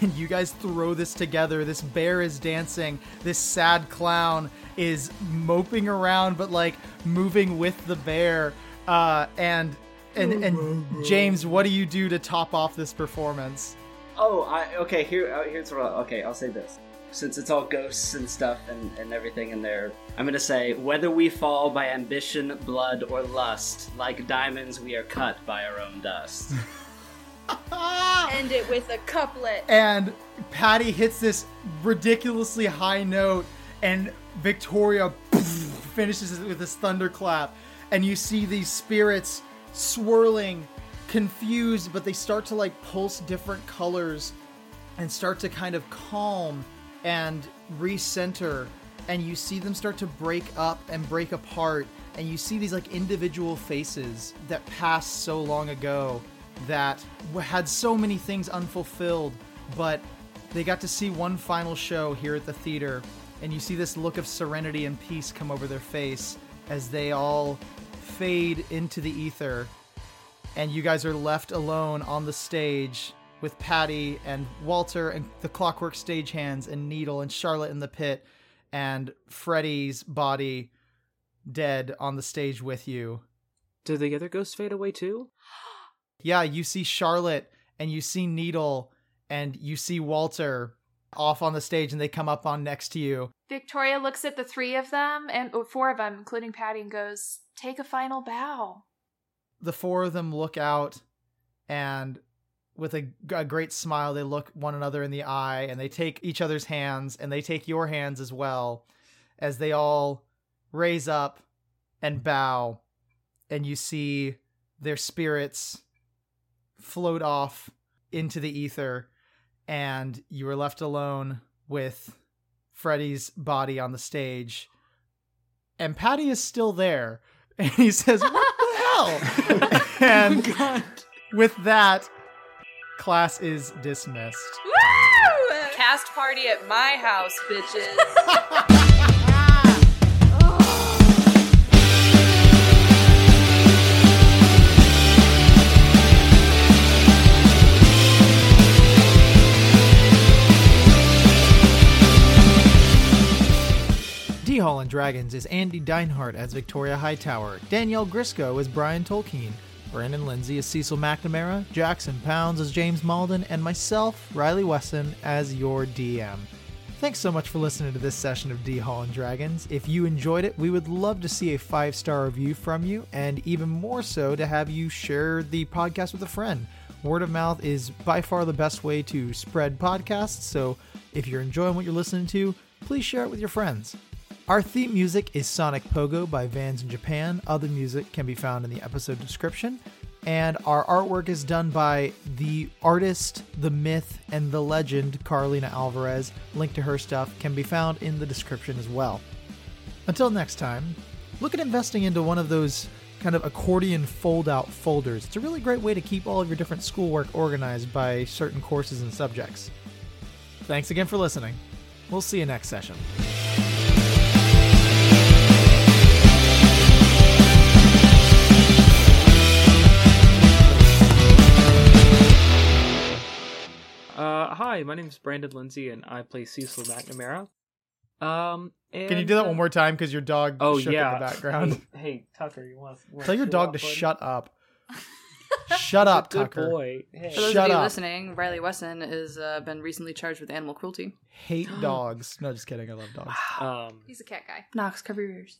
S1: And you guys throw this together. This bear is dancing. This sad clown is moping around, but like moving with the bear. Uh, and and and James, what do you do to top off this performance?
S5: Oh, I okay. Here, uh, here's what. I'll, okay, I'll say this. Since it's all ghosts and stuff and, and everything in there, I'm gonna say whether we fall by ambition, blood, or lust, like diamonds, we are cut by our own dust.
S6: End it with a couplet.
S1: and Patty hits this ridiculously high note, and Victoria finishes it with this thunderclap, and you see these spirits swirling, confused, but they start to like pulse different colors and start to kind of calm and recenter and you see them start to break up and break apart and you see these like individual faces that passed so long ago that w- had so many things unfulfilled but they got to see one final show here at the theater and you see this look of serenity and peace come over their face as they all fade into the ether and you guys are left alone on the stage with Patty and Walter and the clockwork stagehands and Needle and Charlotte in the pit and Freddy's body dead on the stage with you.
S2: Did the other ghosts fade away too?
S1: Yeah, you see Charlotte and you see Needle and you see Walter off on the stage and they come up on next to you.
S3: Victoria looks at the three of them, and or four of them, including Patty, and goes, Take a final bow.
S1: The four of them look out and with a, a great smile they look one another in the eye and they take each other's hands and they take your hands as well as they all raise up and bow and you see their spirits float off into the ether and you are left alone with Freddy's body on the stage and Patty is still there and he says what the hell and with that, class is dismissed.
S4: Cast party at my house, bitches.
S1: D Hall and Dragons is Andy Deinhardt as Victoria Hightower, Danielle Grisco as Brian Tolkien, Brandon Lindsay as Cecil McNamara, Jackson Pounds as James Malden, and myself, Riley Wesson, as your DM. Thanks so much for listening to this session of D Hall and Dragons. If you enjoyed it, we would love to see a five star review from you, and even more so to have you share the podcast with a friend. Word of mouth is by far the best way to spread podcasts, so if you're enjoying what you're listening to, please share it with your friends. Our theme music is Sonic Pogo by Vans in Japan. Other music can be found in the episode description. And our artwork is done by the artist, the myth, and the legend, Carlina Alvarez. Link to her stuff can be found in the description as well. Until next time, look at investing into one of those kind of accordion fold out folders. It's a really great way to keep all of your different schoolwork organized by certain courses and subjects. Thanks again for listening. We'll see you next session.
S2: Uh, hi, my name is Brandon Lindsay, and I play Cecil McNamara. Um,
S1: Can you do that one more time? Because your dog
S2: Oh
S1: shook
S2: yeah.
S1: in the background.
S2: Hey, hey, Tucker, you want to
S1: Tell your dog to shut up. shut up,
S2: Good
S1: Tucker.
S2: boy. Hey.
S4: For those
S1: Shut
S4: of you
S1: up.
S4: listening, Riley Wesson has uh, been recently charged with animal cruelty.
S1: Hate dogs. No, just kidding. I love dogs.
S2: Um,
S3: He's a cat guy.
S4: Knox, cover your ears.